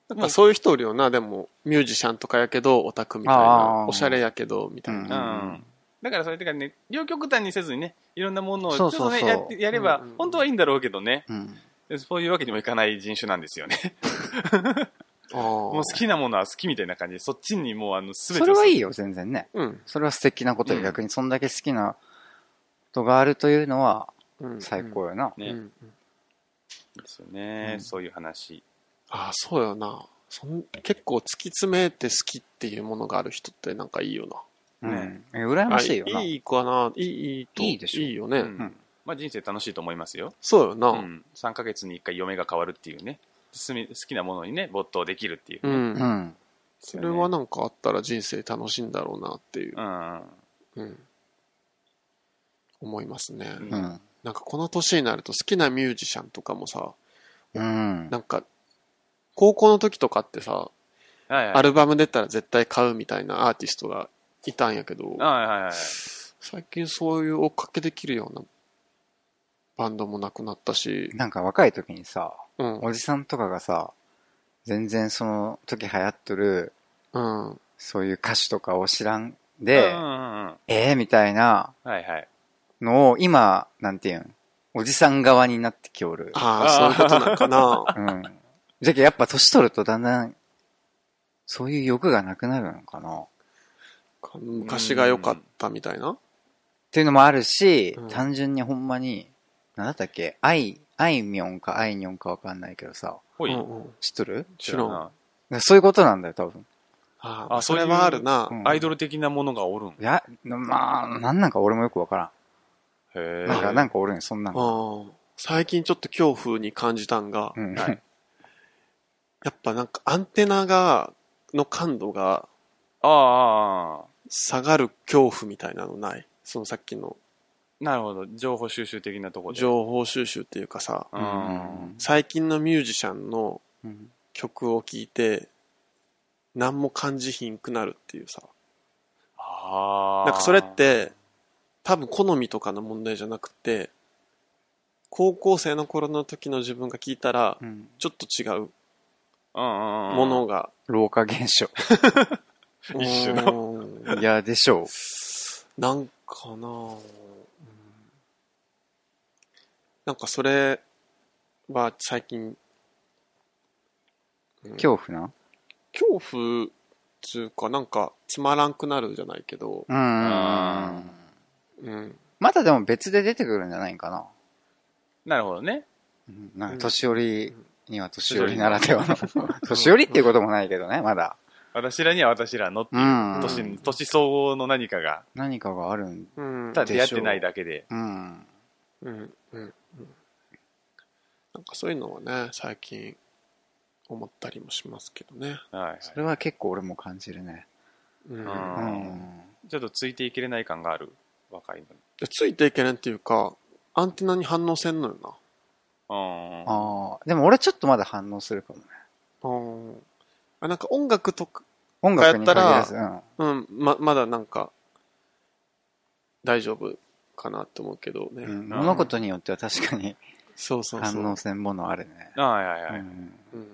[SPEAKER 3] なんかそういう人おるよな、でも、ミュージシャンとかやけど、オタクみたいな
[SPEAKER 2] あ、ー
[SPEAKER 3] おしゃれやけど、みたい
[SPEAKER 1] うん。
[SPEAKER 3] な。
[SPEAKER 2] うん
[SPEAKER 1] だからそれてかね、両極端にせずにね、いろんなものをち
[SPEAKER 2] そ
[SPEAKER 1] ょ
[SPEAKER 2] う
[SPEAKER 1] っ
[SPEAKER 2] そう
[SPEAKER 1] と
[SPEAKER 2] そう
[SPEAKER 1] ね、やってやれば
[SPEAKER 3] うんうんうん、
[SPEAKER 1] 本当はいいんだろうけどね、
[SPEAKER 2] うん。
[SPEAKER 1] そういうわけにもいかない人種なんですよね。
[SPEAKER 3] ああ。
[SPEAKER 1] もう好きなものは好きみたいな感じで、そっちにもうあの、すべて
[SPEAKER 2] それはいい
[SPEAKER 1] よ。
[SPEAKER 2] よ、全然ね。
[SPEAKER 3] うん。
[SPEAKER 2] それは素敵なことよ。
[SPEAKER 1] うん
[SPEAKER 2] 逆にそんだけ好きなことがあるというのは
[SPEAKER 3] うん
[SPEAKER 2] 最高よな。
[SPEAKER 3] う
[SPEAKER 1] ね
[SPEAKER 3] ん。うん
[SPEAKER 1] ですよね、
[SPEAKER 2] うん
[SPEAKER 1] そういう話。
[SPEAKER 3] ああ、そうよな。そん結構突き詰めて好きっていうものがある人ってなんかいいよな。
[SPEAKER 2] うん。
[SPEAKER 1] ね
[SPEAKER 2] え羨ましいよな。
[SPEAKER 3] あいいかな。いい、いいと。
[SPEAKER 2] いいでしょ
[SPEAKER 3] いいよ
[SPEAKER 1] う
[SPEAKER 3] ね。
[SPEAKER 1] ん。まあ人生楽しいと思いますよ。
[SPEAKER 3] そうよ
[SPEAKER 1] う
[SPEAKER 3] な。
[SPEAKER 1] ん。3ヶ月に1回嫁が変わるっていうね、すみ好きなものにね、没頭できるっていう
[SPEAKER 3] う。
[SPEAKER 1] ね。
[SPEAKER 2] うんん。
[SPEAKER 3] それはなんかあったら人生楽しいんだろうなっていう
[SPEAKER 1] う、ん。
[SPEAKER 3] うん。思いますね。
[SPEAKER 1] うん
[SPEAKER 2] うん。
[SPEAKER 3] なんかこの年になると好きなミュージシャンとかもさ、
[SPEAKER 2] うん。
[SPEAKER 3] なんか、高校の時とかってさ、
[SPEAKER 1] はいはい。
[SPEAKER 3] アルバム出たら絶対買うみたいなアーティストがいたんやけど、
[SPEAKER 1] はいはいはい。
[SPEAKER 3] 最近そういう追っかけできるようなバンドもなくなったし、
[SPEAKER 2] なんか若い時にさ、
[SPEAKER 3] うん、
[SPEAKER 2] おじさんとかがさ、全然その時流行っとる、
[SPEAKER 3] うん、
[SPEAKER 2] そういう歌手とかを知らん
[SPEAKER 1] う
[SPEAKER 2] で、
[SPEAKER 1] んうんうん。
[SPEAKER 2] えー、みたいな
[SPEAKER 1] はいはい。
[SPEAKER 2] のを今、なんていうん、おじさん側になってきおる。
[SPEAKER 3] ああ、そういうことなんかな。
[SPEAKER 2] うん。じゃけやっぱ年取るとだんだん、そういう欲がなくなるのかな。っ
[SPEAKER 3] 昔が良かったみたいな。
[SPEAKER 2] ていうのもあるし、
[SPEAKER 3] うん
[SPEAKER 2] 単純にほんまに、なんだったっけ、あい、あいみょんかあいにょんかわかんないけどさ、
[SPEAKER 1] ほ
[SPEAKER 3] うん
[SPEAKER 1] い。
[SPEAKER 3] うん、
[SPEAKER 2] 知っとる
[SPEAKER 3] 知らん
[SPEAKER 1] な
[SPEAKER 2] そういうことなんだよ、多分。
[SPEAKER 3] あ
[SPEAKER 1] あ
[SPEAKER 3] あ、それ
[SPEAKER 1] そういう
[SPEAKER 3] はあるな
[SPEAKER 2] う。ん
[SPEAKER 1] アイドル的なものがおるん。
[SPEAKER 2] いや、まあ、なんなんか俺もよくわから
[SPEAKER 1] へ
[SPEAKER 2] ん。
[SPEAKER 1] え。
[SPEAKER 2] なんか、なんか俺ね、そんなん。
[SPEAKER 3] うん最近ちょっと恐怖に感じたんが
[SPEAKER 2] う、ん。
[SPEAKER 1] はい
[SPEAKER 3] やっぱなんかアンテナが、の感度が
[SPEAKER 1] ああああ、
[SPEAKER 3] 下がる恐怖みたいなのないそのさっきの
[SPEAKER 1] なるほど。情報収集的なとこで。
[SPEAKER 3] 情報収集っていうかさ、
[SPEAKER 1] う
[SPEAKER 2] うん
[SPEAKER 1] ん。
[SPEAKER 3] 最近のミュージシャンの
[SPEAKER 2] うん
[SPEAKER 3] 曲を聴いて、何も感じひんくなるっていうさ。
[SPEAKER 1] ああ。
[SPEAKER 3] なんかそれっ、て、多分好みとかの問題じゃなくて、高校生の頃の時の自分が聞いたら、
[SPEAKER 2] うん
[SPEAKER 3] ちょっと違う
[SPEAKER 1] うんうんうん。
[SPEAKER 3] ものが、
[SPEAKER 2] 老化現象。
[SPEAKER 1] ん一緒だ
[SPEAKER 3] の。
[SPEAKER 2] いや、でしょう。
[SPEAKER 3] なんかなぁ、うんなんかそれは最近、うん
[SPEAKER 2] 恐怖な。
[SPEAKER 3] 恐怖つうかなんかつまらんくなるじゃないけど、
[SPEAKER 2] う
[SPEAKER 1] あ
[SPEAKER 2] ん。
[SPEAKER 3] うん、
[SPEAKER 2] またでも別で出てくるんじゃないかな。
[SPEAKER 1] なるほどね。
[SPEAKER 2] うんなんか年寄りには年寄り
[SPEAKER 1] うん
[SPEAKER 2] ならではの。 年寄りっていうこともないけどね、まだ。
[SPEAKER 1] 私らには私らのって
[SPEAKER 2] う
[SPEAKER 1] いう、
[SPEAKER 2] ん。
[SPEAKER 1] 年、年相応の何かが、
[SPEAKER 2] 何かがあるん。
[SPEAKER 3] うん、
[SPEAKER 1] ただ出会ってないだけで。
[SPEAKER 2] うん。
[SPEAKER 3] うん、うん、うん。なんかそういうのはね、最近思ったりもしますけどね。
[SPEAKER 1] はいはい。
[SPEAKER 2] それは結構俺も感じるね。
[SPEAKER 3] うん
[SPEAKER 1] あ
[SPEAKER 2] う
[SPEAKER 1] ー
[SPEAKER 2] ん。
[SPEAKER 1] ちょっとついていけれない感がある。若い
[SPEAKER 3] でついていけないっていうか、アンテナに反応せんのよな。
[SPEAKER 1] のに。うん。
[SPEAKER 2] ああ。でも俺ちょっとまだ反応するかもね。
[SPEAKER 3] うんあなんか音楽とか、
[SPEAKER 2] 音楽に限らず。うん。
[SPEAKER 3] うん、ま、まだなんか、大丈夫かなって思うけどね。
[SPEAKER 2] うん物事によっては確かに
[SPEAKER 3] そうそうそう。
[SPEAKER 2] 反応せんものあるね。
[SPEAKER 1] はいはいは
[SPEAKER 2] う
[SPEAKER 1] い。
[SPEAKER 2] ん
[SPEAKER 3] うん。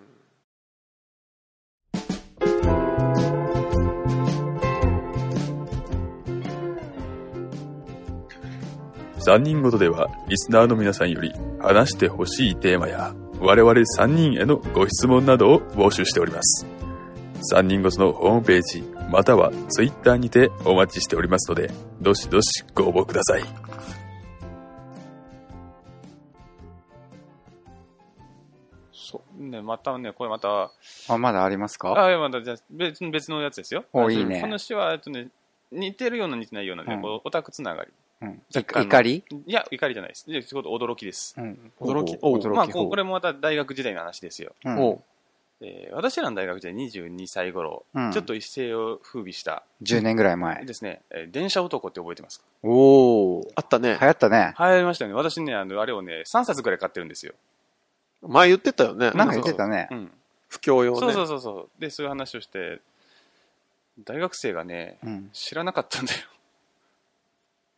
[SPEAKER 4] 3人ごとではリスナーの皆さんより話してほしいテーマや我々3人へのご質問などを募集しております3人ごとのホームページまたはツイッターにてお待ちしておりますのでどしどしご応募ください
[SPEAKER 3] そう。
[SPEAKER 1] ね、またね、これまた、
[SPEAKER 2] あ、まだありますか
[SPEAKER 1] あ、いやまだ、じゃあ別別のやつですよ。
[SPEAKER 2] おいいね
[SPEAKER 1] この詩は、えっとね、似てるような似てないようなで、
[SPEAKER 2] うん
[SPEAKER 1] こうオタクつながり。
[SPEAKER 2] うん。い
[SPEAKER 1] 若干
[SPEAKER 2] 怒り
[SPEAKER 1] いや、怒りじゃないです。いやちょっと驚きです。
[SPEAKER 2] うん。
[SPEAKER 3] 驚き
[SPEAKER 2] お
[SPEAKER 3] おう
[SPEAKER 2] 驚き。
[SPEAKER 1] まあ、こうこれもまた大学時代の話ですよ。
[SPEAKER 2] うん
[SPEAKER 3] おう
[SPEAKER 1] えー私らの大学時代22歳頃、
[SPEAKER 2] うん
[SPEAKER 1] ちょっと一世を風靡した、
[SPEAKER 2] 10年ぐらい前。
[SPEAKER 1] ですね、えー電車男って覚えてますか
[SPEAKER 2] おお。
[SPEAKER 3] あったね
[SPEAKER 2] 流行ったね。
[SPEAKER 1] 流行りましたよね。私ね、あの、あれをね、3冊ぐらい買ってるんですよ。
[SPEAKER 3] 前言ってたよね
[SPEAKER 2] なんか言ってたね
[SPEAKER 1] う。ん。
[SPEAKER 3] 不況用ね
[SPEAKER 1] そうそうそうそう。で、そういう話をして、大学生がね、
[SPEAKER 2] うん。
[SPEAKER 1] 知らなかったんだよ。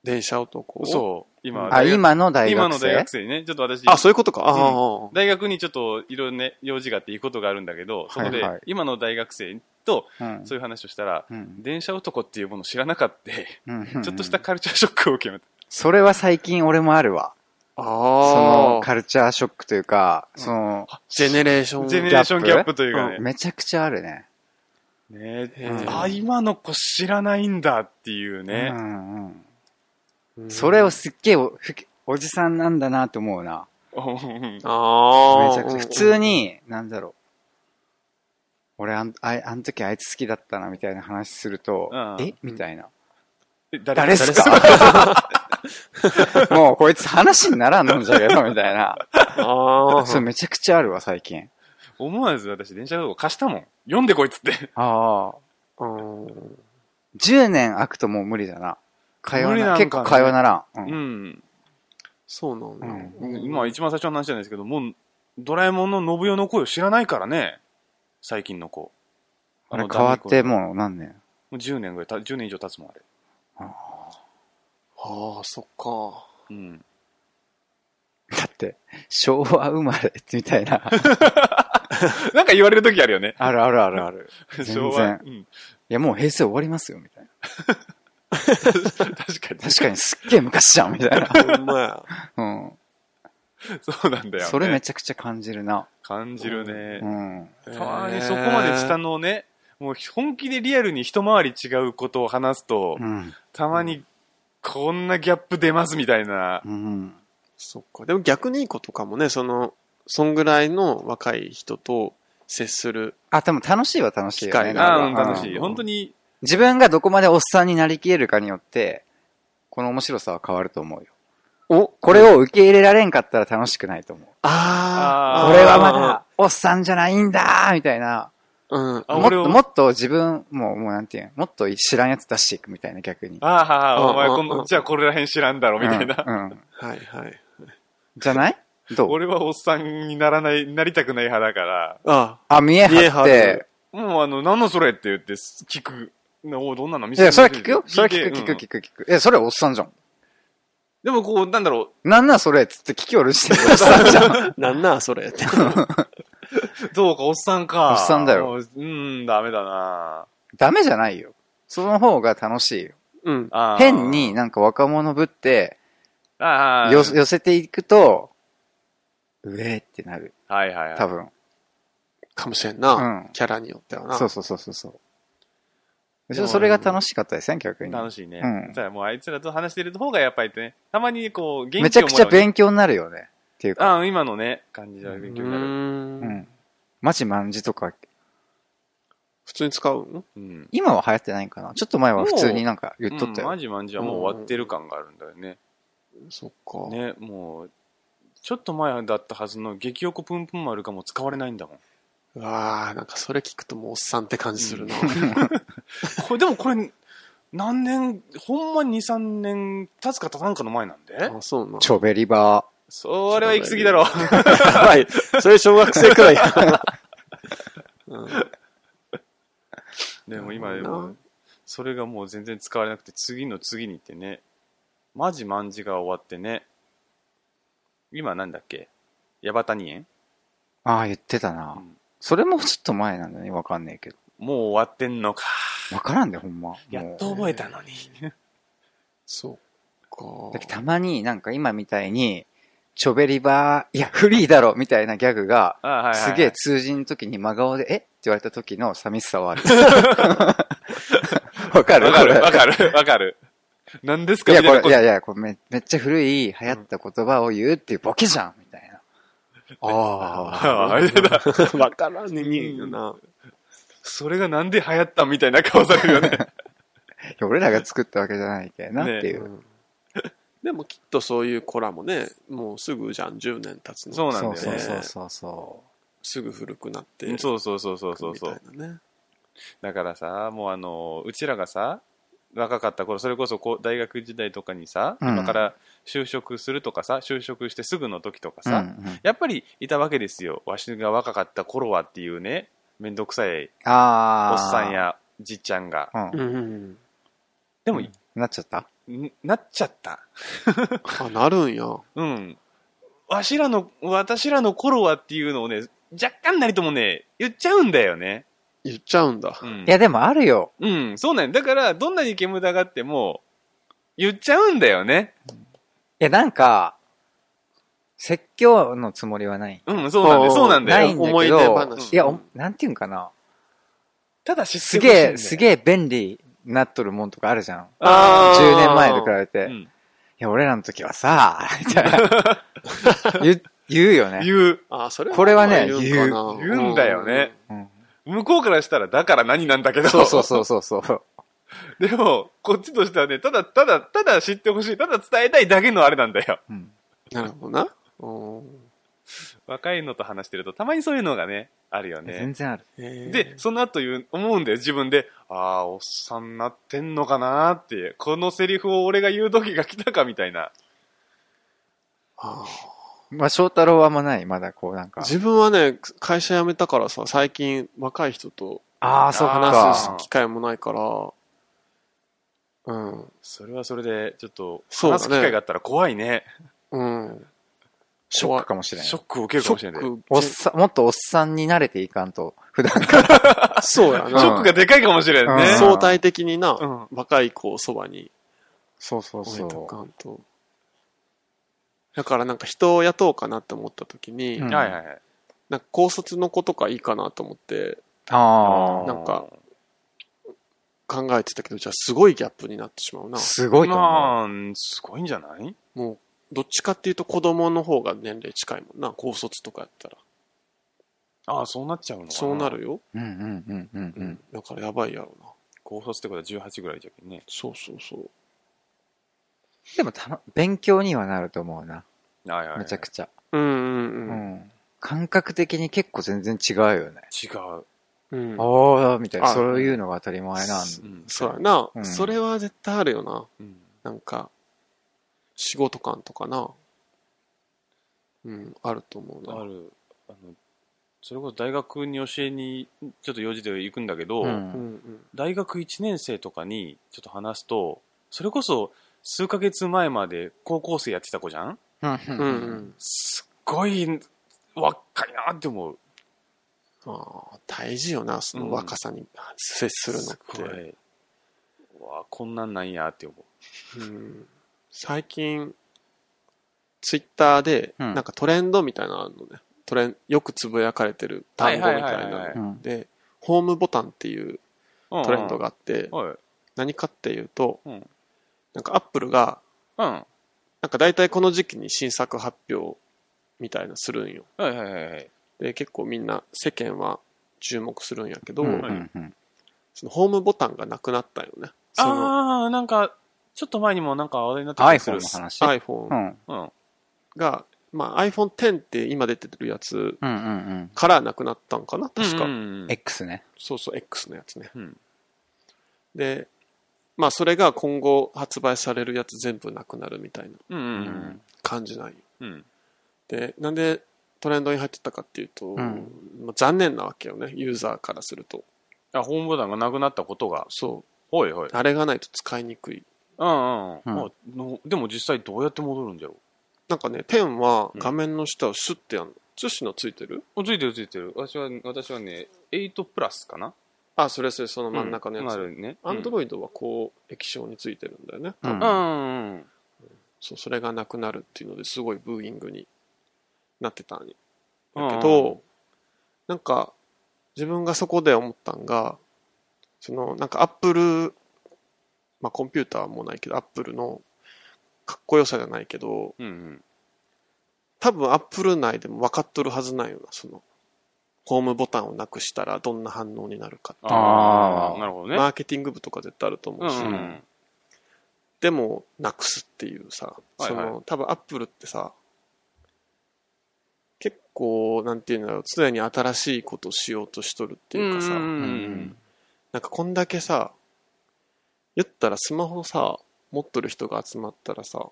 [SPEAKER 3] 電車男
[SPEAKER 1] そう。今、
[SPEAKER 2] あ、
[SPEAKER 1] 大学
[SPEAKER 2] 今の大
[SPEAKER 1] 今
[SPEAKER 2] 学
[SPEAKER 1] の
[SPEAKER 2] 生
[SPEAKER 1] 大学生にね、ちょっと私、
[SPEAKER 3] あそういうことかああ、ああ
[SPEAKER 1] 大学にちょっといろいろね、用事があって行くことがあるんだけど、そこで
[SPEAKER 2] はいはい、
[SPEAKER 1] 今の大学生と
[SPEAKER 2] うん
[SPEAKER 1] そういう話をしたら、
[SPEAKER 2] うん
[SPEAKER 1] 電車男っていうものを知らなかった、
[SPEAKER 2] うんうん
[SPEAKER 1] ちょっとしたカルチャーショックを受けまし
[SPEAKER 2] それは最近俺もあるわ。そ
[SPEAKER 3] あ
[SPEAKER 2] の
[SPEAKER 3] あ
[SPEAKER 2] カルチャーショックというか、その、
[SPEAKER 3] ジェネレーション
[SPEAKER 1] ジェネレーションギャップというかね。
[SPEAKER 2] めちゃくちゃあるね。
[SPEAKER 1] ねえ
[SPEAKER 3] うん
[SPEAKER 1] あ、今の子知らないんだっていうね。
[SPEAKER 2] うんうん。
[SPEAKER 3] うん
[SPEAKER 2] それをすっげえおふきおじさんなんだなって思うな。
[SPEAKER 1] うん
[SPEAKER 3] あ
[SPEAKER 2] め
[SPEAKER 3] あ
[SPEAKER 2] ちゃくちゃ。普通に、なんだろう。俺あん、あいあの時あいつ好きだったなみたいな話すると
[SPEAKER 1] うん、
[SPEAKER 2] えみたいな。
[SPEAKER 1] え
[SPEAKER 2] 誰っすか もうこいつ話にならんのんじゃけど、みたいな。
[SPEAKER 3] ああ
[SPEAKER 2] そう、めちゃくちゃあるわ、最近。
[SPEAKER 1] 思わず私、電車男貸したもん。読んでこいっつって。
[SPEAKER 2] ああ。
[SPEAKER 3] うん
[SPEAKER 2] 10年空くともう無理だな。会話
[SPEAKER 1] 無理なん
[SPEAKER 2] な、
[SPEAKER 1] かね
[SPEAKER 2] 結構会話ならん。うん
[SPEAKER 1] うん。
[SPEAKER 3] そうなんだ、
[SPEAKER 2] うん
[SPEAKER 1] 今、一番最初の話じゃないですけど、もう、ドラえもんの信代の声を知らないからね。最近の子。
[SPEAKER 2] あ
[SPEAKER 1] の
[SPEAKER 2] れ変わって
[SPEAKER 1] も
[SPEAKER 2] もう何年
[SPEAKER 1] う10年ぐらいた、10年以上経つもん、あれ。
[SPEAKER 3] ああそっか
[SPEAKER 1] うん。
[SPEAKER 2] だって、昭和生まれみたいな。
[SPEAKER 1] なんか言われる時あるよね。
[SPEAKER 2] あるあるあるある。全然
[SPEAKER 1] 昭和。うん。
[SPEAKER 2] いや、もう平成終わりますよ、みたいな。
[SPEAKER 1] 確かに。
[SPEAKER 2] 確かにすっげえ昔じゃん、みたい な。
[SPEAKER 3] ほんまや
[SPEAKER 2] うん。
[SPEAKER 1] そうなんだよ、ね。
[SPEAKER 2] それめちゃくちゃ感じるな。
[SPEAKER 1] 感じるね
[SPEAKER 2] う。ん。
[SPEAKER 1] たまにそこまで下のね、もう本気でリアルに一回り違うことを話すと
[SPEAKER 2] う、ん。
[SPEAKER 1] たまにこんなギャップ出ますみたいな。
[SPEAKER 2] うん。
[SPEAKER 3] そっか。でも逆にいいことかもね、その、そんぐらいの若い人と接する。
[SPEAKER 2] あ、でも楽しいは楽しいよね。
[SPEAKER 3] 機会が
[SPEAKER 1] あ
[SPEAKER 3] る
[SPEAKER 1] あ
[SPEAKER 2] な
[SPEAKER 1] うんん、
[SPEAKER 2] か
[SPEAKER 1] 楽しい。
[SPEAKER 3] うん
[SPEAKER 1] 本当に、
[SPEAKER 2] 自分がどこまでおっさんになりきれるかによって、この面白さは変わると思うよ。
[SPEAKER 3] お
[SPEAKER 2] これを受け入れられんかったら楽しくないと思う。
[SPEAKER 3] あ
[SPEAKER 1] あー
[SPEAKER 3] あ。
[SPEAKER 2] 俺はまだ、おっさんじゃないんだーみたいな。
[SPEAKER 3] うん。
[SPEAKER 1] あ
[SPEAKER 2] もっ
[SPEAKER 1] 俺
[SPEAKER 2] と、
[SPEAKER 1] を
[SPEAKER 2] もっと自分、もう、もうなんていうのもっと知らんやつ出していくみたいな、逆に。
[SPEAKER 1] ああ、はあ、
[SPEAKER 3] うん
[SPEAKER 1] お前
[SPEAKER 3] うん
[SPEAKER 1] この、じゃあこれら辺知らんだろみたいな。
[SPEAKER 2] うん。うん
[SPEAKER 3] はいはい。
[SPEAKER 2] じゃないどう
[SPEAKER 1] 俺はおっさんにならない、なりたくない派だから、
[SPEAKER 3] あ
[SPEAKER 2] あ、見え
[SPEAKER 3] 見え
[SPEAKER 2] 張っ
[SPEAKER 3] 張ってて、
[SPEAKER 1] もうあの、何のそれって言って聞く。なおうどんなの見
[SPEAKER 2] いや、それは聞くよ。
[SPEAKER 1] 見せ
[SPEAKER 2] そ
[SPEAKER 1] て
[SPEAKER 2] れは聞く、聞く、
[SPEAKER 1] うん
[SPEAKER 2] 聞く、聞く。え、それはおっさんじゃん。
[SPEAKER 1] でもこう、なんだろ
[SPEAKER 2] なんなんそれっつって聞きおるしてるおっさん じゃん。
[SPEAKER 3] あ。なんなんそれって。
[SPEAKER 1] う、どうかおっさんか。
[SPEAKER 2] おっさんだよ
[SPEAKER 1] もう。うん、ダメだな
[SPEAKER 2] ダメじゃないよ。その方が楽しいよ。
[SPEAKER 3] うん。
[SPEAKER 1] あー
[SPEAKER 2] 変に、なんか若者ぶって、
[SPEAKER 1] ああ、
[SPEAKER 2] よ、寄せていくと、上ってなる。
[SPEAKER 1] はいはいはい。
[SPEAKER 2] 多分。
[SPEAKER 3] かもしれん
[SPEAKER 2] うん
[SPEAKER 3] な。キャラによってはな。
[SPEAKER 2] そうそうそうそうそう。
[SPEAKER 3] でも
[SPEAKER 2] それが楽しかったですね、逆に。
[SPEAKER 1] 楽しいね。
[SPEAKER 2] うん
[SPEAKER 1] ただもうあいつらと話してる方がやっぱりね、たまにこう、元気をもらう、ね。
[SPEAKER 2] めちゃくちゃ勉強になるよね。っていうか。
[SPEAKER 1] ああ、今のね、感じでは勉強
[SPEAKER 3] う
[SPEAKER 1] になる。
[SPEAKER 3] ー。
[SPEAKER 2] うんん。マジマンジとか、
[SPEAKER 3] 普通に使うん
[SPEAKER 1] うん。
[SPEAKER 2] 今は流行ってないんかな。ちょっと前は普通になんか言っとった
[SPEAKER 1] うんマ
[SPEAKER 2] よ。
[SPEAKER 1] ジマンジはもう終わってる感があるんだよね。
[SPEAKER 3] そっか。
[SPEAKER 1] ね、もう、ちょっと前だったはずの激横プンプン丸がもう使われないんだ もん。
[SPEAKER 3] うわあ、なんかそれ聞くともうおっさんって感じするな。
[SPEAKER 1] これ、でもこれ、何年、ほんま2、3年経つか経たんかの前なんで
[SPEAKER 3] あ、そうな。
[SPEAKER 2] チョベリバ
[SPEAKER 1] それは行き過ぎだろ。
[SPEAKER 3] やばい。それ小学生くらいや。うん
[SPEAKER 1] でも今でも、それがもう全然使われなくて、次の次にってね、マジマンジが終わってね、今なんだっけヤバタニ園
[SPEAKER 2] ー。ああ、言ってたな
[SPEAKER 1] うん。
[SPEAKER 2] それもちょっと前なんだね。わかんねえけど。
[SPEAKER 1] もう終わってんのか。
[SPEAKER 2] わからんで、ほんま。
[SPEAKER 1] や
[SPEAKER 2] も
[SPEAKER 1] っ
[SPEAKER 2] う
[SPEAKER 1] と覚えたのに。
[SPEAKER 3] そっ
[SPEAKER 2] だって
[SPEAKER 3] か。
[SPEAKER 2] たまになんか今みたいに、チョベリバー、いや、フリーだろみたいなギャグが、
[SPEAKER 1] あはいはいはい
[SPEAKER 2] すげえ通じん時に真顔で、えって言われた時の寂し さはある。わかる
[SPEAKER 1] わかる、
[SPEAKER 2] これ
[SPEAKER 1] わかる、わかる。何です
[SPEAKER 2] い
[SPEAKER 1] か
[SPEAKER 2] や、
[SPEAKER 1] みたい
[SPEAKER 2] こ
[SPEAKER 1] な
[SPEAKER 2] れ、いやいや、これめめっちゃ古い流行った言葉を言うっていうボケじゃんみたいな。
[SPEAKER 3] あ
[SPEAKER 1] ああれだ。
[SPEAKER 3] あ。わからんねえよな。
[SPEAKER 1] それがなんで流行ったみたいな顔される よね。
[SPEAKER 2] や俺らが作ったわけじゃないけどなっていう。
[SPEAKER 3] うん でもきっとそういうコラもね、もうすぐじゃん、10年経つの。
[SPEAKER 1] そうなんだ
[SPEAKER 2] そ
[SPEAKER 1] よ
[SPEAKER 2] う
[SPEAKER 1] ね。
[SPEAKER 2] そうそうそうそ
[SPEAKER 3] すぐ古くなって。
[SPEAKER 1] そうそうそうそうそうそう。
[SPEAKER 3] みたいなね。
[SPEAKER 1] だからさ、もうあの、うちらがさ、若かった頃、それこそこう大学時代とかにさ、
[SPEAKER 2] うん
[SPEAKER 1] 今から就職するとかさ、就職してすぐの時とか
[SPEAKER 2] う。
[SPEAKER 1] さ、
[SPEAKER 2] うんうん
[SPEAKER 1] やっぱりいたわけですよ。わしが若かった頃はっていうね、めんどくさいお
[SPEAKER 2] ああ。
[SPEAKER 1] っさん。やじっちゃんが。
[SPEAKER 2] う
[SPEAKER 3] うん。
[SPEAKER 1] でも、
[SPEAKER 2] ん。なっちゃった
[SPEAKER 1] んなっちゃった。
[SPEAKER 3] あ、なるんや。
[SPEAKER 1] うん。わしらの、私らの頃はっていうのをね、若干なりともね、言っちゃうんだよね。
[SPEAKER 3] 言っちゃうんだ
[SPEAKER 1] う。ん
[SPEAKER 2] い。や、でもあるよ。
[SPEAKER 1] うん、そうなんだから、どんなに煙たがっても、言っちゃうんだよね。
[SPEAKER 2] いや、なんか、説教のつもりはない。
[SPEAKER 1] うん、そうなんだよ。
[SPEAKER 3] おう
[SPEAKER 1] そうなんだ
[SPEAKER 2] な
[SPEAKER 1] よ。
[SPEAKER 2] いんだけど、
[SPEAKER 3] 思い出話
[SPEAKER 2] いや、おなんていうんかな。
[SPEAKER 1] ただし、
[SPEAKER 2] すげえ、すげえ便利になっとるもんとかあるじゃん。
[SPEAKER 3] あー
[SPEAKER 2] 10年前と比べて。
[SPEAKER 1] う
[SPEAKER 2] い
[SPEAKER 1] ん、
[SPEAKER 2] や、俺らの時はさ、みたいな。言う、言うよね。
[SPEAKER 1] 言う。
[SPEAKER 3] あ、それ
[SPEAKER 2] これはね
[SPEAKER 3] んかな
[SPEAKER 1] 言う言うんだよね。
[SPEAKER 2] うん
[SPEAKER 1] 向こうからしたら、だから何なんだけど。
[SPEAKER 2] そうそうそうそうそう。
[SPEAKER 1] でも、こっちとしてはね、ただ、ただ、ただ知ってほしい。ただ伝えたいだけのあれなんだよ。
[SPEAKER 2] うん
[SPEAKER 3] なるほどな。うん
[SPEAKER 1] 若いのと話してると、たまにそういうのがね、あるよね
[SPEAKER 2] 全。然ある。
[SPEAKER 3] へー
[SPEAKER 1] で、その後言う、思うんだよ、自分で。ああ、おっさんなってんのかなーって。このセリフを俺が言う時が来たかみたいな。
[SPEAKER 3] あ
[SPEAKER 2] まあ、翔太郎はあんまない。まだこうなん
[SPEAKER 3] ー
[SPEAKER 2] か。
[SPEAKER 3] 自分はね、会社辞めたからさ、最近若い人と
[SPEAKER 2] ああ、そっ
[SPEAKER 3] 話す
[SPEAKER 2] か。
[SPEAKER 3] 機会もないから、うん。
[SPEAKER 1] それはそれで、ちょっと、
[SPEAKER 3] そうだ
[SPEAKER 1] 話
[SPEAKER 3] ね
[SPEAKER 1] す機会があったら怖いね。
[SPEAKER 3] うん。
[SPEAKER 2] ショックかもしれない
[SPEAKER 1] ショ。ックを受けるかもしれない。シ
[SPEAKER 3] ショック
[SPEAKER 2] おっさん、もっとおっさんに慣れていかんと、普段から。
[SPEAKER 3] そうや
[SPEAKER 2] シ
[SPEAKER 1] ョ
[SPEAKER 3] な。
[SPEAKER 1] ックがでかいかもしれんね。
[SPEAKER 2] うん
[SPEAKER 3] 相対的にな、
[SPEAKER 1] う
[SPEAKER 3] 若い子をそばに
[SPEAKER 2] そうそう
[SPEAKER 3] 置いとかんと。だからなんか人を雇おうかなって思った時に、
[SPEAKER 2] うん
[SPEAKER 1] はいはいはい。
[SPEAKER 3] なんか高卒の子とかいいかなと思って
[SPEAKER 2] あ
[SPEAKER 3] なんか考えてたけど、じゃあすごいギャップになってしまう
[SPEAKER 2] あ、
[SPEAKER 3] な。
[SPEAKER 2] すごいと思う。
[SPEAKER 1] まあ、すごいんじゃない
[SPEAKER 3] もう、どっちかっていうと子供の方が年齢近いもんな、高卒とかやったら。
[SPEAKER 1] ああ、そうなっちゃうのかな。
[SPEAKER 3] そうな。るよ。
[SPEAKER 2] うんうんうんうん
[SPEAKER 3] う
[SPEAKER 2] うん
[SPEAKER 3] ん。。だからやばいやろな。
[SPEAKER 1] 高卒ってことは18ぐらいじゃけんね。
[SPEAKER 3] そうそうそう。
[SPEAKER 2] でもたの、勉強にはなると思うな。
[SPEAKER 1] はいはい。
[SPEAKER 2] めちゃくちゃ。
[SPEAKER 3] うんうん
[SPEAKER 2] う
[SPEAKER 3] うん。
[SPEAKER 2] ん。感覚的に結構全然違うよね。
[SPEAKER 1] ちゃ。違う。
[SPEAKER 3] うん、
[SPEAKER 2] ああ、みたいな。
[SPEAKER 3] あ
[SPEAKER 2] そういうのが当たり前なんだ。
[SPEAKER 1] うん。
[SPEAKER 3] そうやな、
[SPEAKER 2] うん
[SPEAKER 3] それは絶対あるよな。
[SPEAKER 1] うん
[SPEAKER 3] なんか、仕事感とかな。うん、あると思う
[SPEAKER 1] あ
[SPEAKER 3] な。
[SPEAKER 1] る。あの、それこそ大学に教えに、ちょっと用事で行くんだけど、
[SPEAKER 2] うん
[SPEAKER 3] うんうん。
[SPEAKER 1] 大学1年生とかにちょっと話すと、それこそ数ヶ月前まで高校生やってた子じゃん
[SPEAKER 2] うんう
[SPEAKER 3] うんん
[SPEAKER 2] う
[SPEAKER 3] うんん。
[SPEAKER 1] すっごい、若いなって思う。
[SPEAKER 3] ああ、大事よな、その若さに接するの
[SPEAKER 1] すご
[SPEAKER 3] って。
[SPEAKER 1] い。うわあこんなんなんやって思う。
[SPEAKER 3] うん、最近、ツイッターで、
[SPEAKER 2] うん
[SPEAKER 3] なんかトレンドみたいなのあるのね。トレン、よくつぶやかれてる単語みたいな
[SPEAKER 2] う。
[SPEAKER 1] うん
[SPEAKER 3] で、ホームボタンっていうトレンドがあって、
[SPEAKER 1] はい。
[SPEAKER 3] 何かっていうと、
[SPEAKER 1] うん
[SPEAKER 3] なんかアップルが、
[SPEAKER 1] うん。は
[SPEAKER 3] なんか大体この時期に新作発表みたいなするんよ。
[SPEAKER 1] いはいはいはい。
[SPEAKER 3] で、結構みんな世間は注目するんやけど、
[SPEAKER 2] うんうんうん
[SPEAKER 3] そのホームボタンがなくなったんよね。その
[SPEAKER 1] ああ、なんか、ちょっと前にもなんか話題になってたりす
[SPEAKER 2] iPhone
[SPEAKER 1] る
[SPEAKER 2] の。話。う
[SPEAKER 3] iPhone
[SPEAKER 2] ん。うん
[SPEAKER 1] うん。
[SPEAKER 3] が、まあ iPhone X って今出てるやつ
[SPEAKER 2] うんうん。
[SPEAKER 3] からなくなったんかな確か、
[SPEAKER 1] うんうんうん
[SPEAKER 2] X ね。
[SPEAKER 3] そうそう、X のやつね。
[SPEAKER 1] うん
[SPEAKER 3] で、まあそれが今後発売されるやつ全部なくなるみたいな
[SPEAKER 1] うんうん
[SPEAKER 3] 感じなんよ。
[SPEAKER 1] うん。うん。
[SPEAKER 3] で、なんでトレンドに入ってたかっていうと、
[SPEAKER 2] うん
[SPEAKER 3] まあ、残念なわけよね、ユーザーからすると。
[SPEAKER 1] あ、ホームボタンがなくなったことが。
[SPEAKER 3] そ、。
[SPEAKER 1] ほいほいう
[SPEAKER 3] あれがないと使いにくい。
[SPEAKER 1] うんうんうん。
[SPEAKER 2] うん
[SPEAKER 1] まあのでも実際どうやって戻るんじゃろ
[SPEAKER 3] なんかね、ペンは
[SPEAKER 1] うん
[SPEAKER 3] 画面の下をシュッてやるの。寿司のついてる
[SPEAKER 1] う。ついてるついてる。私は、私はね、8プラスかな
[SPEAKER 3] あ、それそれ、その真ん中のやつ。
[SPEAKER 1] うんあるね。
[SPEAKER 3] アンドロイドはこう、液晶についてるんだよね。
[SPEAKER 2] う
[SPEAKER 1] うんんうんうん。
[SPEAKER 3] そう、それがなくなるっていうのですごいブーイングになってたんや
[SPEAKER 1] うん
[SPEAKER 3] けど、なんか、自分がそこで思ったんが、その、なんかアップル、まあコンピューターもないけど、アップルのかっこよさじゃないけど、
[SPEAKER 1] うんうん。
[SPEAKER 3] タ多分アップル内でも分かっとるはずなんよな、その、ホームボタンをなくしたらどんな反応になるかって。
[SPEAKER 1] あ
[SPEAKER 2] あ
[SPEAKER 1] あ、
[SPEAKER 2] ー
[SPEAKER 1] なるほど
[SPEAKER 3] マ
[SPEAKER 1] ね。
[SPEAKER 3] ーケティング部とか絶対あると思
[SPEAKER 1] う
[SPEAKER 3] うんし、
[SPEAKER 1] うん。
[SPEAKER 3] でもなくすっていうさ、
[SPEAKER 1] はいはい
[SPEAKER 3] その、多分アップルってさ、結構、なんていうんだろう、常に新しいことしようとしとるっていうかさ、
[SPEAKER 2] うん
[SPEAKER 3] なんかこんだけさ、言ったらスマホさ、持っとる人が集まったらさ、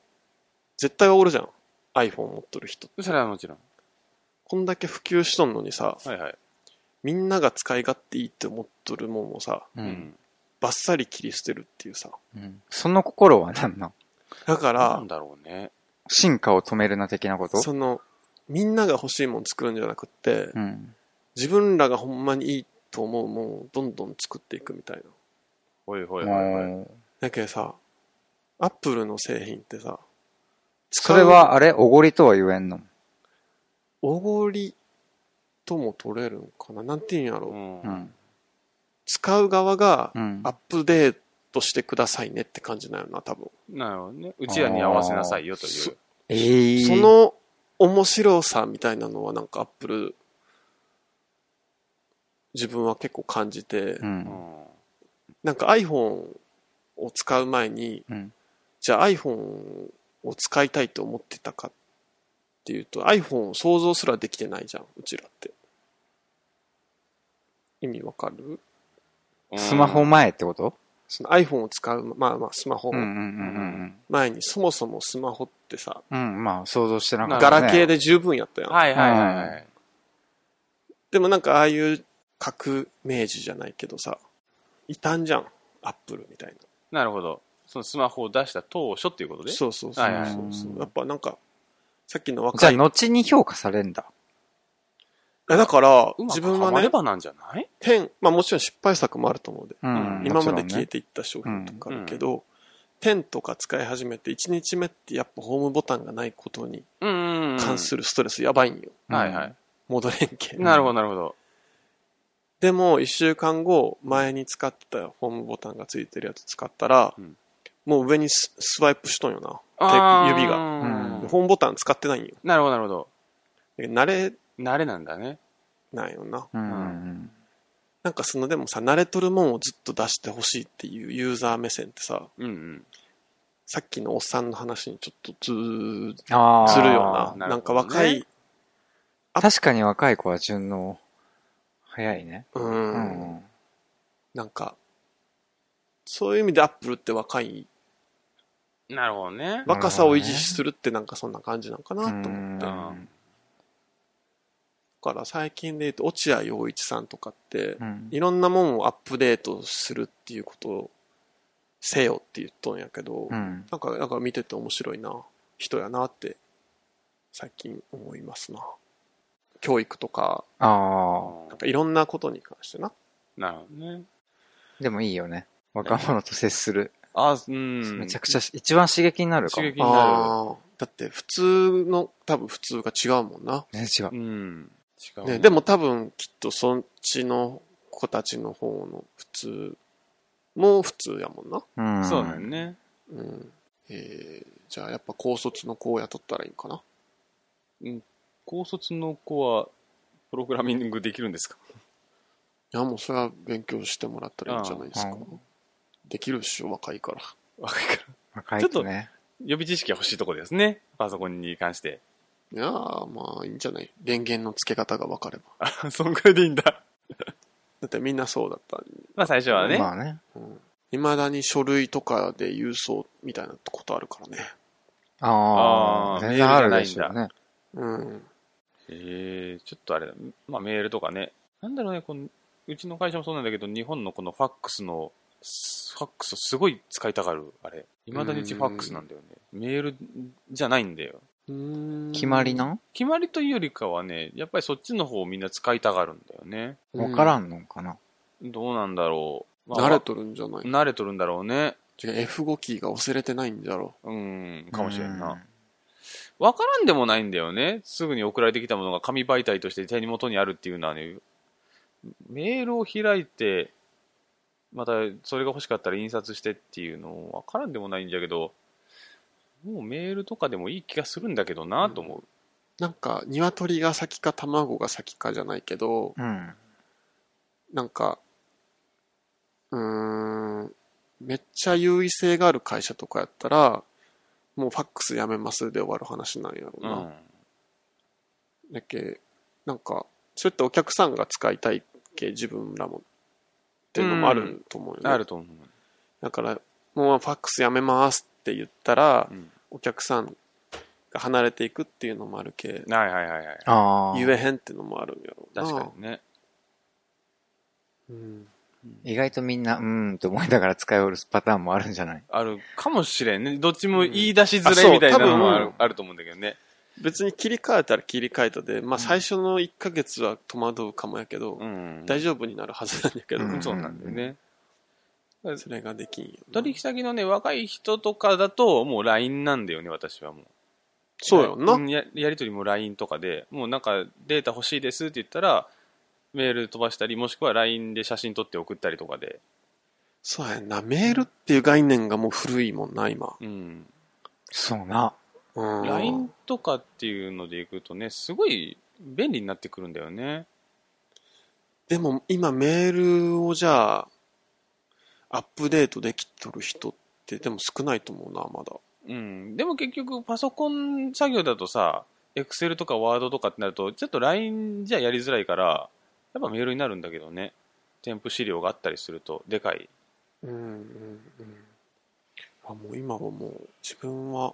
[SPEAKER 3] 絶対おるじゃん。iPhone 持っとる人。
[SPEAKER 1] それはもちろん。
[SPEAKER 3] こんだけ普及しとんのにさ、
[SPEAKER 1] はいはい。
[SPEAKER 3] みんなが使い勝手いいって思っとるもんをさ、
[SPEAKER 2] う。
[SPEAKER 1] うんん。
[SPEAKER 3] バッサリ切り捨てるっていうさ。
[SPEAKER 2] うんその心は何なん
[SPEAKER 3] だ
[SPEAKER 1] な
[SPEAKER 3] から
[SPEAKER 1] ん、だろうね。
[SPEAKER 2] 進化を止めるな的なこと
[SPEAKER 3] その、みんなが欲しいもん作るんじゃなくって、
[SPEAKER 2] うん。
[SPEAKER 3] 自分らがほんまにいいと思うもんをどんどん作っていくみたいな。
[SPEAKER 1] ほいほいほいほい。
[SPEAKER 2] もう
[SPEAKER 3] だけどさ、アップルの製品ってさ、使
[SPEAKER 2] そうれは、あれおごりとは言えんの
[SPEAKER 3] おごりとも取れるんかななんて言うんやろ、
[SPEAKER 1] うん
[SPEAKER 2] う。ん。
[SPEAKER 3] 使う側が
[SPEAKER 2] うん
[SPEAKER 3] ア。ップデートしてくださいねって感じなよな、多分。
[SPEAKER 1] なるほどね。うちらに合わせなさいよとい。
[SPEAKER 3] そう
[SPEAKER 2] ええ。
[SPEAKER 3] そ、の面白さみたいなのはなんかアップル、自分は結構感じて
[SPEAKER 2] う、。
[SPEAKER 1] うんん。
[SPEAKER 3] なんか iPhone を使う前に、
[SPEAKER 2] うん。
[SPEAKER 3] じゃあ iPhone を使いたいと思ってたかっていうと iPhone を想像すらできてないじゃん、うちらって。意味わかる
[SPEAKER 1] うん
[SPEAKER 2] スマホ前ってこと
[SPEAKER 3] その iPhone を使う、まあまあスマホ
[SPEAKER 2] うんうんうん
[SPEAKER 3] 前に、そもそもスマホってさ、
[SPEAKER 2] うん。うん、まあ想像してなかっ
[SPEAKER 1] な
[SPEAKER 2] た
[SPEAKER 1] る
[SPEAKER 3] ガ
[SPEAKER 1] ほど
[SPEAKER 2] ね。
[SPEAKER 3] ラケーで十分やったやん。
[SPEAKER 1] はいはいはいはい。
[SPEAKER 3] でもなんかああいう革命児じゃないけどさ、異端じゃん、アップルみたいな。
[SPEAKER 1] なるほど。そのスマホを出した当初っていうことで。
[SPEAKER 3] そうそうそう
[SPEAKER 1] はいはい
[SPEAKER 3] そうそう。やっぱなんか、さっきの
[SPEAKER 2] じゃ
[SPEAKER 3] 若
[SPEAKER 2] あ
[SPEAKER 3] い。
[SPEAKER 2] 後に評価されんだ。
[SPEAKER 3] あだから、
[SPEAKER 1] うま
[SPEAKER 3] 自
[SPEAKER 1] く
[SPEAKER 3] 分
[SPEAKER 1] は
[SPEAKER 3] は
[SPEAKER 1] まれ
[SPEAKER 3] ね、
[SPEAKER 1] ばなんじゃない
[SPEAKER 3] 天、まあもちろん失敗作もあると思うで。
[SPEAKER 2] うん。
[SPEAKER 3] 今
[SPEAKER 2] も
[SPEAKER 3] まで
[SPEAKER 2] ちろんね
[SPEAKER 3] 消えていった商品とかあるけど、10とか使い始めて1日目ってやっぱホームボタンがないことに
[SPEAKER 1] うんうんうん。
[SPEAKER 3] 関するストレスやばいんよ。
[SPEAKER 2] うん
[SPEAKER 1] はいはい。
[SPEAKER 3] 戻れんけ。
[SPEAKER 1] なるほどなるほど。
[SPEAKER 3] でも1週間後、前に使ってたホームボタンがついてるやつ使ったら、
[SPEAKER 1] うん
[SPEAKER 3] もう上にススワイプしとんよな。
[SPEAKER 1] あー
[SPEAKER 3] 手指が。
[SPEAKER 2] うん
[SPEAKER 3] ホームボタン使ってないんよ。
[SPEAKER 1] なるほどなるほど。
[SPEAKER 3] 慣れ
[SPEAKER 1] 慣れなんだね。
[SPEAKER 3] ないよな。
[SPEAKER 2] うんうん
[SPEAKER 3] なんかそのでもさ、慣れとるもんをずっと出してほしいっていうユーザー目線ってさ、
[SPEAKER 1] うんうん。
[SPEAKER 3] さっきのおっさんの話にちょっとずーっと
[SPEAKER 2] うん。ああ。
[SPEAKER 3] する
[SPEAKER 1] ー
[SPEAKER 3] よな。
[SPEAKER 1] な
[SPEAKER 3] な
[SPEAKER 1] る
[SPEAKER 3] ん
[SPEAKER 1] ほ
[SPEAKER 3] か
[SPEAKER 1] どね
[SPEAKER 3] 若い、
[SPEAKER 2] 確かに若い子は順応、早いね。
[SPEAKER 3] う、
[SPEAKER 2] うんん。
[SPEAKER 3] なんか、そういう意味でアップルって若い、
[SPEAKER 1] なるほどね。
[SPEAKER 3] 若さを維持するってなんかそんな感じなんかなと思って。
[SPEAKER 2] う
[SPEAKER 3] だ
[SPEAKER 2] ん
[SPEAKER 3] から最近で言うと、落合陽一さんとかって
[SPEAKER 2] う、ん。
[SPEAKER 3] いろんなもんをアップデートするっていうことをせよって言っとんやけど、
[SPEAKER 2] うん。
[SPEAKER 3] なんか、なんか見てて面白いな、人やなって、最近思いますな。教育とか、
[SPEAKER 2] ああ。
[SPEAKER 3] なんかいろんなことに関してな。
[SPEAKER 1] なるほどね。
[SPEAKER 2] でもいいよね。若者と接する。
[SPEAKER 1] あ、うん。
[SPEAKER 2] めちゃくちゃし、一番刺激になるかも。
[SPEAKER 1] 刺激になる
[SPEAKER 3] あーだって普通の、多分普通が違うもんな。
[SPEAKER 2] ね、違う
[SPEAKER 1] う。ん。違うね。
[SPEAKER 3] ね、でも多分きっとそっちの子たちの方の普通も普通やもん
[SPEAKER 2] う
[SPEAKER 3] な。
[SPEAKER 2] ん。
[SPEAKER 1] そうだよね。
[SPEAKER 3] うん。えー、じゃあやっぱ高卒の子を雇ったらいいんかな。
[SPEAKER 1] 高卒の子は、プログラミング できるんですか
[SPEAKER 3] いやもうそれは勉強してもらったらいいんじゃないですか。
[SPEAKER 2] うんうん
[SPEAKER 3] できるっしょ、若いから。
[SPEAKER 1] 若いから。
[SPEAKER 2] 若いとね。
[SPEAKER 1] 予備知識が欲しいとこですね。パソコンに関して。
[SPEAKER 3] いやーまあいいんじゃない電源の付け方が分かれば。
[SPEAKER 1] あ、そんくらいでいいんだ。
[SPEAKER 3] だってみんなそうだった。
[SPEAKER 1] まあ最初はね。
[SPEAKER 2] まあね。
[SPEAKER 3] うん。未だに書類とかで郵送みたいなことあるからね。
[SPEAKER 2] あ
[SPEAKER 1] あ
[SPEAKER 2] あ。
[SPEAKER 1] ー
[SPEAKER 2] 全然あるでしょうね。
[SPEAKER 3] うん。
[SPEAKER 1] ええちょっとあれだ、まあメールとかね。なんだろうね、この、うちの会社もそうなんだけど、日本のこのファックスの、すファックスすごい使いたがる、あれ。未だにうちファックスなんだよね。メールじゃないんだよ。
[SPEAKER 3] うん
[SPEAKER 2] 決まりな
[SPEAKER 1] 決まりというよりかはね、やっぱりそっちの方をみんな使いたがるんだよね。
[SPEAKER 2] わから
[SPEAKER 3] ん。
[SPEAKER 2] んのかな。
[SPEAKER 1] どうなんだろう。まあ
[SPEAKER 3] 慣れとるんじゃない
[SPEAKER 1] 慣れとるんだろうね。
[SPEAKER 3] 違う F5 キーが押せれてないんじゃろ
[SPEAKER 1] うん、かもしれんな。わからんでもないんだよね。すぐに送られてきたものが紙媒体として手元にあるっていうのはね、メールを開いて、またそれが欲しかったら印刷してっていうのもわからんでもないんだけど、もうメールとかでもいい気がするんだけどなと思う。
[SPEAKER 3] なんか鶏が先か卵が先かじゃないけど
[SPEAKER 2] うん。
[SPEAKER 3] なんかうーんめっちゃ優位性がある会社とかやったらもうファックスやめますで終わる話なんやろう
[SPEAKER 1] う
[SPEAKER 3] な、
[SPEAKER 1] ん。
[SPEAKER 3] だっけなんかそうやってお客さんが使いたいけ自分らもっていうのもあると思うよね、
[SPEAKER 1] あると思う。
[SPEAKER 3] だからもうファックスやめますって言ったら、
[SPEAKER 1] うん
[SPEAKER 3] お客さんが離れていくっていうのもあるけ
[SPEAKER 1] はいはいはいはい。
[SPEAKER 2] ああ。
[SPEAKER 3] 言えへんっていうのもあるんやろうな
[SPEAKER 1] 確かにね。
[SPEAKER 3] うん
[SPEAKER 2] 意外とみんな、うーんって思いながら使いおるパターンもあるんじゃない
[SPEAKER 1] あるかもしれんね。どっちも言い出しづらいみたいなのもあ
[SPEAKER 3] う
[SPEAKER 1] る
[SPEAKER 3] ん
[SPEAKER 1] あると思うんだけどね。
[SPEAKER 3] 別に切り替えたら切り替えたで、まあ、最初の1ヶ月は戸惑うかもやけど、
[SPEAKER 1] うん。
[SPEAKER 3] 大丈夫になるはずなんやけど、
[SPEAKER 2] うん
[SPEAKER 1] そうなんだよね。
[SPEAKER 3] それができんよな
[SPEAKER 1] 取引先のね、若い人とかだと、もう LINE なんだよね、私はもう。
[SPEAKER 3] そうよな、
[SPEAKER 1] んややり取りも LINE とかで、もうなんかデータ欲しいですって言ったら、メール飛ばしたり、もしくは LINE で写真撮って送ったりとかで。
[SPEAKER 3] そうやんなメールっていう概念がもう古いもんな今、
[SPEAKER 1] うん。
[SPEAKER 2] そうな。
[SPEAKER 3] うん、
[SPEAKER 1] LINE とかっていうのでいくとね、すごい便利になってくるんだよね。
[SPEAKER 3] でも今メールをじゃあアップデートできとる人ってでも少ないと思うなまだ
[SPEAKER 1] うん。でも結局、パソコン作業だとさ、Excel とか Word とかってなると、ちょっと LINE じゃやりづらいから、やっぱメールになるんだけどね。添付資料があったりすると、でかい。
[SPEAKER 3] うんうんうんあもう今はもう自分は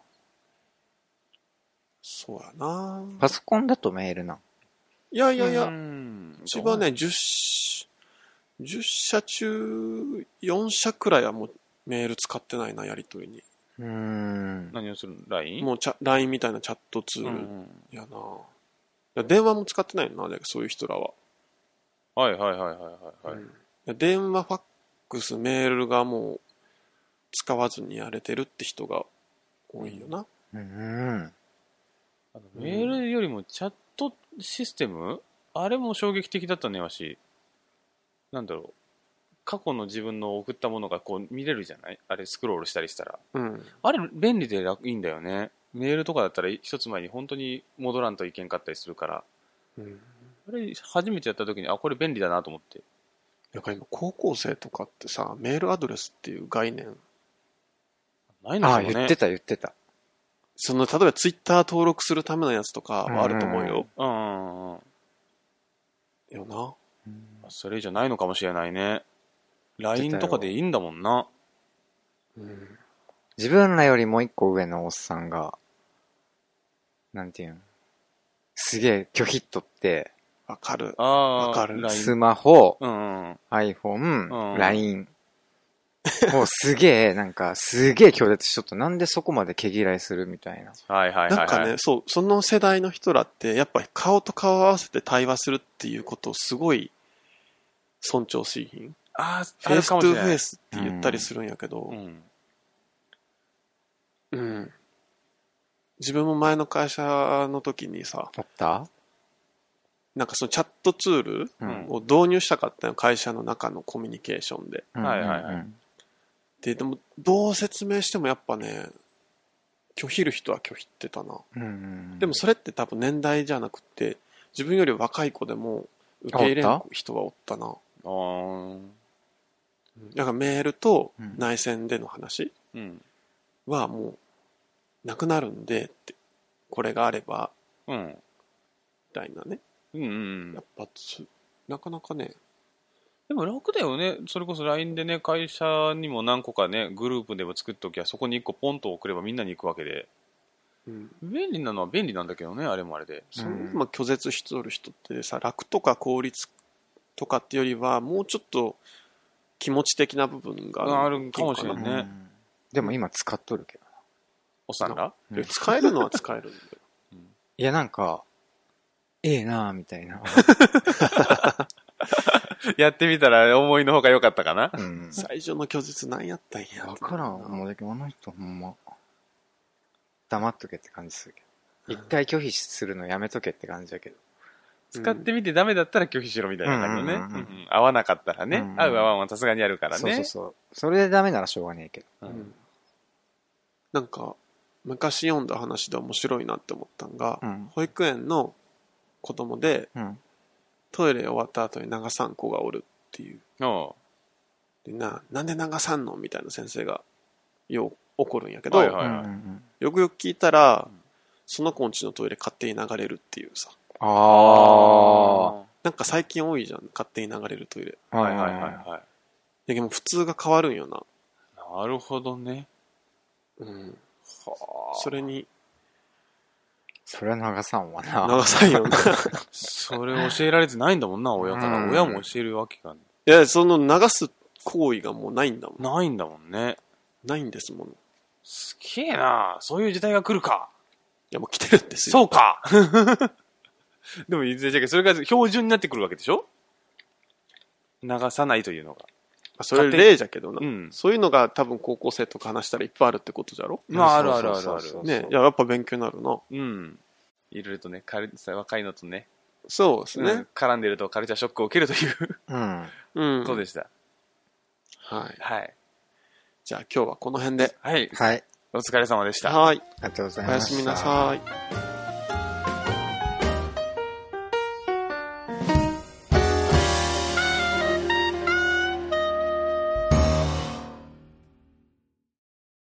[SPEAKER 3] そうやな
[SPEAKER 2] パソコンだとメールなん。
[SPEAKER 3] いやい
[SPEAKER 1] い
[SPEAKER 3] やいや、うち
[SPEAKER 1] 一
[SPEAKER 3] はね、10社10社中4社くらいはもうメール使ってないなやりとりに
[SPEAKER 2] うーん。
[SPEAKER 1] 何をする ?LINE?
[SPEAKER 3] もうチャ LINE みたいなチャットツー
[SPEAKER 1] う
[SPEAKER 3] ル
[SPEAKER 1] んうん
[SPEAKER 3] やな、いや電話も使ってないよなだからそういう人らは
[SPEAKER 1] はいはいはいはいはいはい。
[SPEAKER 3] うん電話、ファックス、メールがもう使わずにやれてるって人が多いよな。
[SPEAKER 2] うーん。
[SPEAKER 1] あのメールよりもチャットシステムあれも衝撃的だったね、わし。なんだろう。過去の自分の送ったものがこう見れるじゃないあれスクロールしたりしたら。
[SPEAKER 3] うん。
[SPEAKER 1] あれ便利で楽いいんだよね。メールとかだったら一つ前に本当に戻らんといけんかったりするから。
[SPEAKER 3] うん、
[SPEAKER 1] あれ初めてやった時に、あ、これ便利だなと思って。
[SPEAKER 3] なんか今、高校生とかってさ、メールアドレスっていう概念、
[SPEAKER 1] ないの
[SPEAKER 2] あ
[SPEAKER 1] か
[SPEAKER 2] あ、
[SPEAKER 1] もね。
[SPEAKER 2] 言ってた言ってた。
[SPEAKER 3] その、例えばツイッター登録するためのやつとかはあると思うよ。
[SPEAKER 1] うんうんうんうん。
[SPEAKER 3] よな。
[SPEAKER 1] それじゃないのかもしれないね。LINE とかでいいんだもんな。
[SPEAKER 3] うん。
[SPEAKER 2] 自分らよりもう一個上のおっさんが、なんていうん。すげえ拒否っとって、
[SPEAKER 3] わかる。
[SPEAKER 1] ああ、
[SPEAKER 3] わかる
[SPEAKER 1] LINE
[SPEAKER 2] スマホ、
[SPEAKER 1] うんうん。う
[SPEAKER 2] iPhone、
[SPEAKER 1] ん
[SPEAKER 2] LINE。もうすげえ、なんか、すげえ強烈しとった。なんでそこまで毛嫌いするみたいな。
[SPEAKER 1] はいはいはい、はい。
[SPEAKER 3] なんかね、そう、その世代の人らって、やっぱり顔と顔を合わせて対話するっていうことをすごい尊重しひん。
[SPEAKER 1] ああ、
[SPEAKER 3] フェイストゥー
[SPEAKER 1] あるかもしれ
[SPEAKER 3] フ
[SPEAKER 1] ない
[SPEAKER 3] ェイスって言ったりするんやけど、
[SPEAKER 1] うん。
[SPEAKER 3] うん。自分も前の会社の時にさ、
[SPEAKER 2] おった
[SPEAKER 3] なんかそのチャットツール
[SPEAKER 1] うん
[SPEAKER 3] を導入したかったの、会社の中のコミュニケーションで。
[SPEAKER 1] はいはいはい
[SPEAKER 2] うんうんうん
[SPEAKER 3] で、でも、どう説明してもやっぱね、拒否る人は拒否ってたな。
[SPEAKER 2] うんうん
[SPEAKER 3] でもそれって多分年代じゃなくて、自分より若い子でも受け入れ
[SPEAKER 2] あお
[SPEAKER 3] る
[SPEAKER 2] っ
[SPEAKER 3] 人はおったな。
[SPEAKER 1] あー
[SPEAKER 3] だからメールと
[SPEAKER 2] うん
[SPEAKER 3] 内戦での話
[SPEAKER 1] うん。
[SPEAKER 3] はもうなくなるんでって、これがあれば、
[SPEAKER 1] うん。
[SPEAKER 3] みたいなね。
[SPEAKER 1] うんうん
[SPEAKER 3] や。っぱつ、なかなかね、
[SPEAKER 1] でも楽だよね。それこそ LINE でね、会社にも何個かね、グループでも作っときゃ、そこに1個ポンと送ればみんなに行くわけで。
[SPEAKER 3] うん、
[SPEAKER 1] 便利なのは便利なんだけどね、あれもあれで。
[SPEAKER 3] その
[SPEAKER 2] うん
[SPEAKER 3] まあ拒絶しとる人ってさ楽とか効率とかってよりはもうちょっと気持ち的な部分が
[SPEAKER 1] あるかもしれんね
[SPEAKER 2] うんでも今使っとるけど。
[SPEAKER 1] おっさんが
[SPEAKER 2] う
[SPEAKER 3] うんん使えるのは使えるんだよ
[SPEAKER 2] いや、なんか、ええなぁ、みたい な。
[SPEAKER 1] やってみたら思いのほか良かったかな。
[SPEAKER 2] うん。
[SPEAKER 3] 最初の拒絶なんやったんや
[SPEAKER 2] わからん。もうだけど、あの人ほんま、黙っとけって感じするけど。一回拒否するのやめとけって感じだけど。
[SPEAKER 1] 使ってみてダメだったら拒否しろみたいな感じのね。う
[SPEAKER 2] うんうんうんうん
[SPEAKER 1] んうん合わなかったらね。
[SPEAKER 2] うんうん
[SPEAKER 1] 合う合わんはさすがにあるからね。
[SPEAKER 2] そうそうそう。それでダメならしょうがねえけど。
[SPEAKER 1] う
[SPEAKER 3] うんんなんか昔読んだ話で面白いなって思ったんが、
[SPEAKER 2] うん。
[SPEAKER 3] 保育園の子供で
[SPEAKER 2] うん。
[SPEAKER 3] トイレ終わった後に流さん子がおるっていう。
[SPEAKER 1] あ
[SPEAKER 3] でな、なんで流さんのみたいな先生がよう怒るんやけ
[SPEAKER 1] あ
[SPEAKER 3] ど、
[SPEAKER 1] はいはい
[SPEAKER 2] うん
[SPEAKER 1] はい。
[SPEAKER 3] よくよく聞いたら、その子んちのトイレ勝手に流れるっていうさ。
[SPEAKER 2] ああ。は
[SPEAKER 3] なんか最近多いじゃん、勝手に流れるトイレ。
[SPEAKER 2] い
[SPEAKER 1] は
[SPEAKER 2] はいい
[SPEAKER 1] は
[SPEAKER 2] はい
[SPEAKER 1] はい
[SPEAKER 2] い。
[SPEAKER 1] は
[SPEAKER 3] でも普通が変わるんよな。
[SPEAKER 1] い。なるほどね。
[SPEAKER 3] うん。
[SPEAKER 1] はあ。
[SPEAKER 3] それに
[SPEAKER 2] それは流さんわな。
[SPEAKER 3] 流さんよな。
[SPEAKER 1] それ教えられてないんだもんな、親から。
[SPEAKER 2] うん
[SPEAKER 1] 親も教えるわけが
[SPEAKER 3] いや、その流す行為がもうないんだもん。
[SPEAKER 1] ないんだもんね。
[SPEAKER 3] ないんですもん。い
[SPEAKER 1] すげえなそういう時代が来るか。
[SPEAKER 3] や、もう来てるんですよ。
[SPEAKER 1] そうか でも、いずれじゃけどそれが標準になってくるわけでしょ流さないというのが。
[SPEAKER 3] まあそれ例じゃけどな。
[SPEAKER 1] うん。
[SPEAKER 3] そういうのが多分高校生とか話したらいっぱいあるってことじゃろ
[SPEAKER 1] まあ、あ
[SPEAKER 2] そ
[SPEAKER 1] る
[SPEAKER 2] うそ
[SPEAKER 1] あ
[SPEAKER 2] う
[SPEAKER 1] るある
[SPEAKER 2] そ
[SPEAKER 1] あ
[SPEAKER 2] うそう
[SPEAKER 1] る。
[SPEAKER 3] ねいや、やっぱ勉強になるな。
[SPEAKER 1] うん。いろいろとね、かる若いのとね、
[SPEAKER 3] そうです
[SPEAKER 1] う
[SPEAKER 3] ね
[SPEAKER 1] ん。絡んでるとカルチャーショックを受けるという
[SPEAKER 2] うん。
[SPEAKER 3] うん。
[SPEAKER 1] ことでした。
[SPEAKER 3] はい。
[SPEAKER 1] はい。
[SPEAKER 3] じゃあ今日はこの辺で。
[SPEAKER 1] はい。
[SPEAKER 2] はい。
[SPEAKER 1] お疲れ様でした。
[SPEAKER 3] はい。
[SPEAKER 2] ありがとうござ
[SPEAKER 3] お
[SPEAKER 2] い
[SPEAKER 3] や
[SPEAKER 2] ますす。
[SPEAKER 3] みなさい。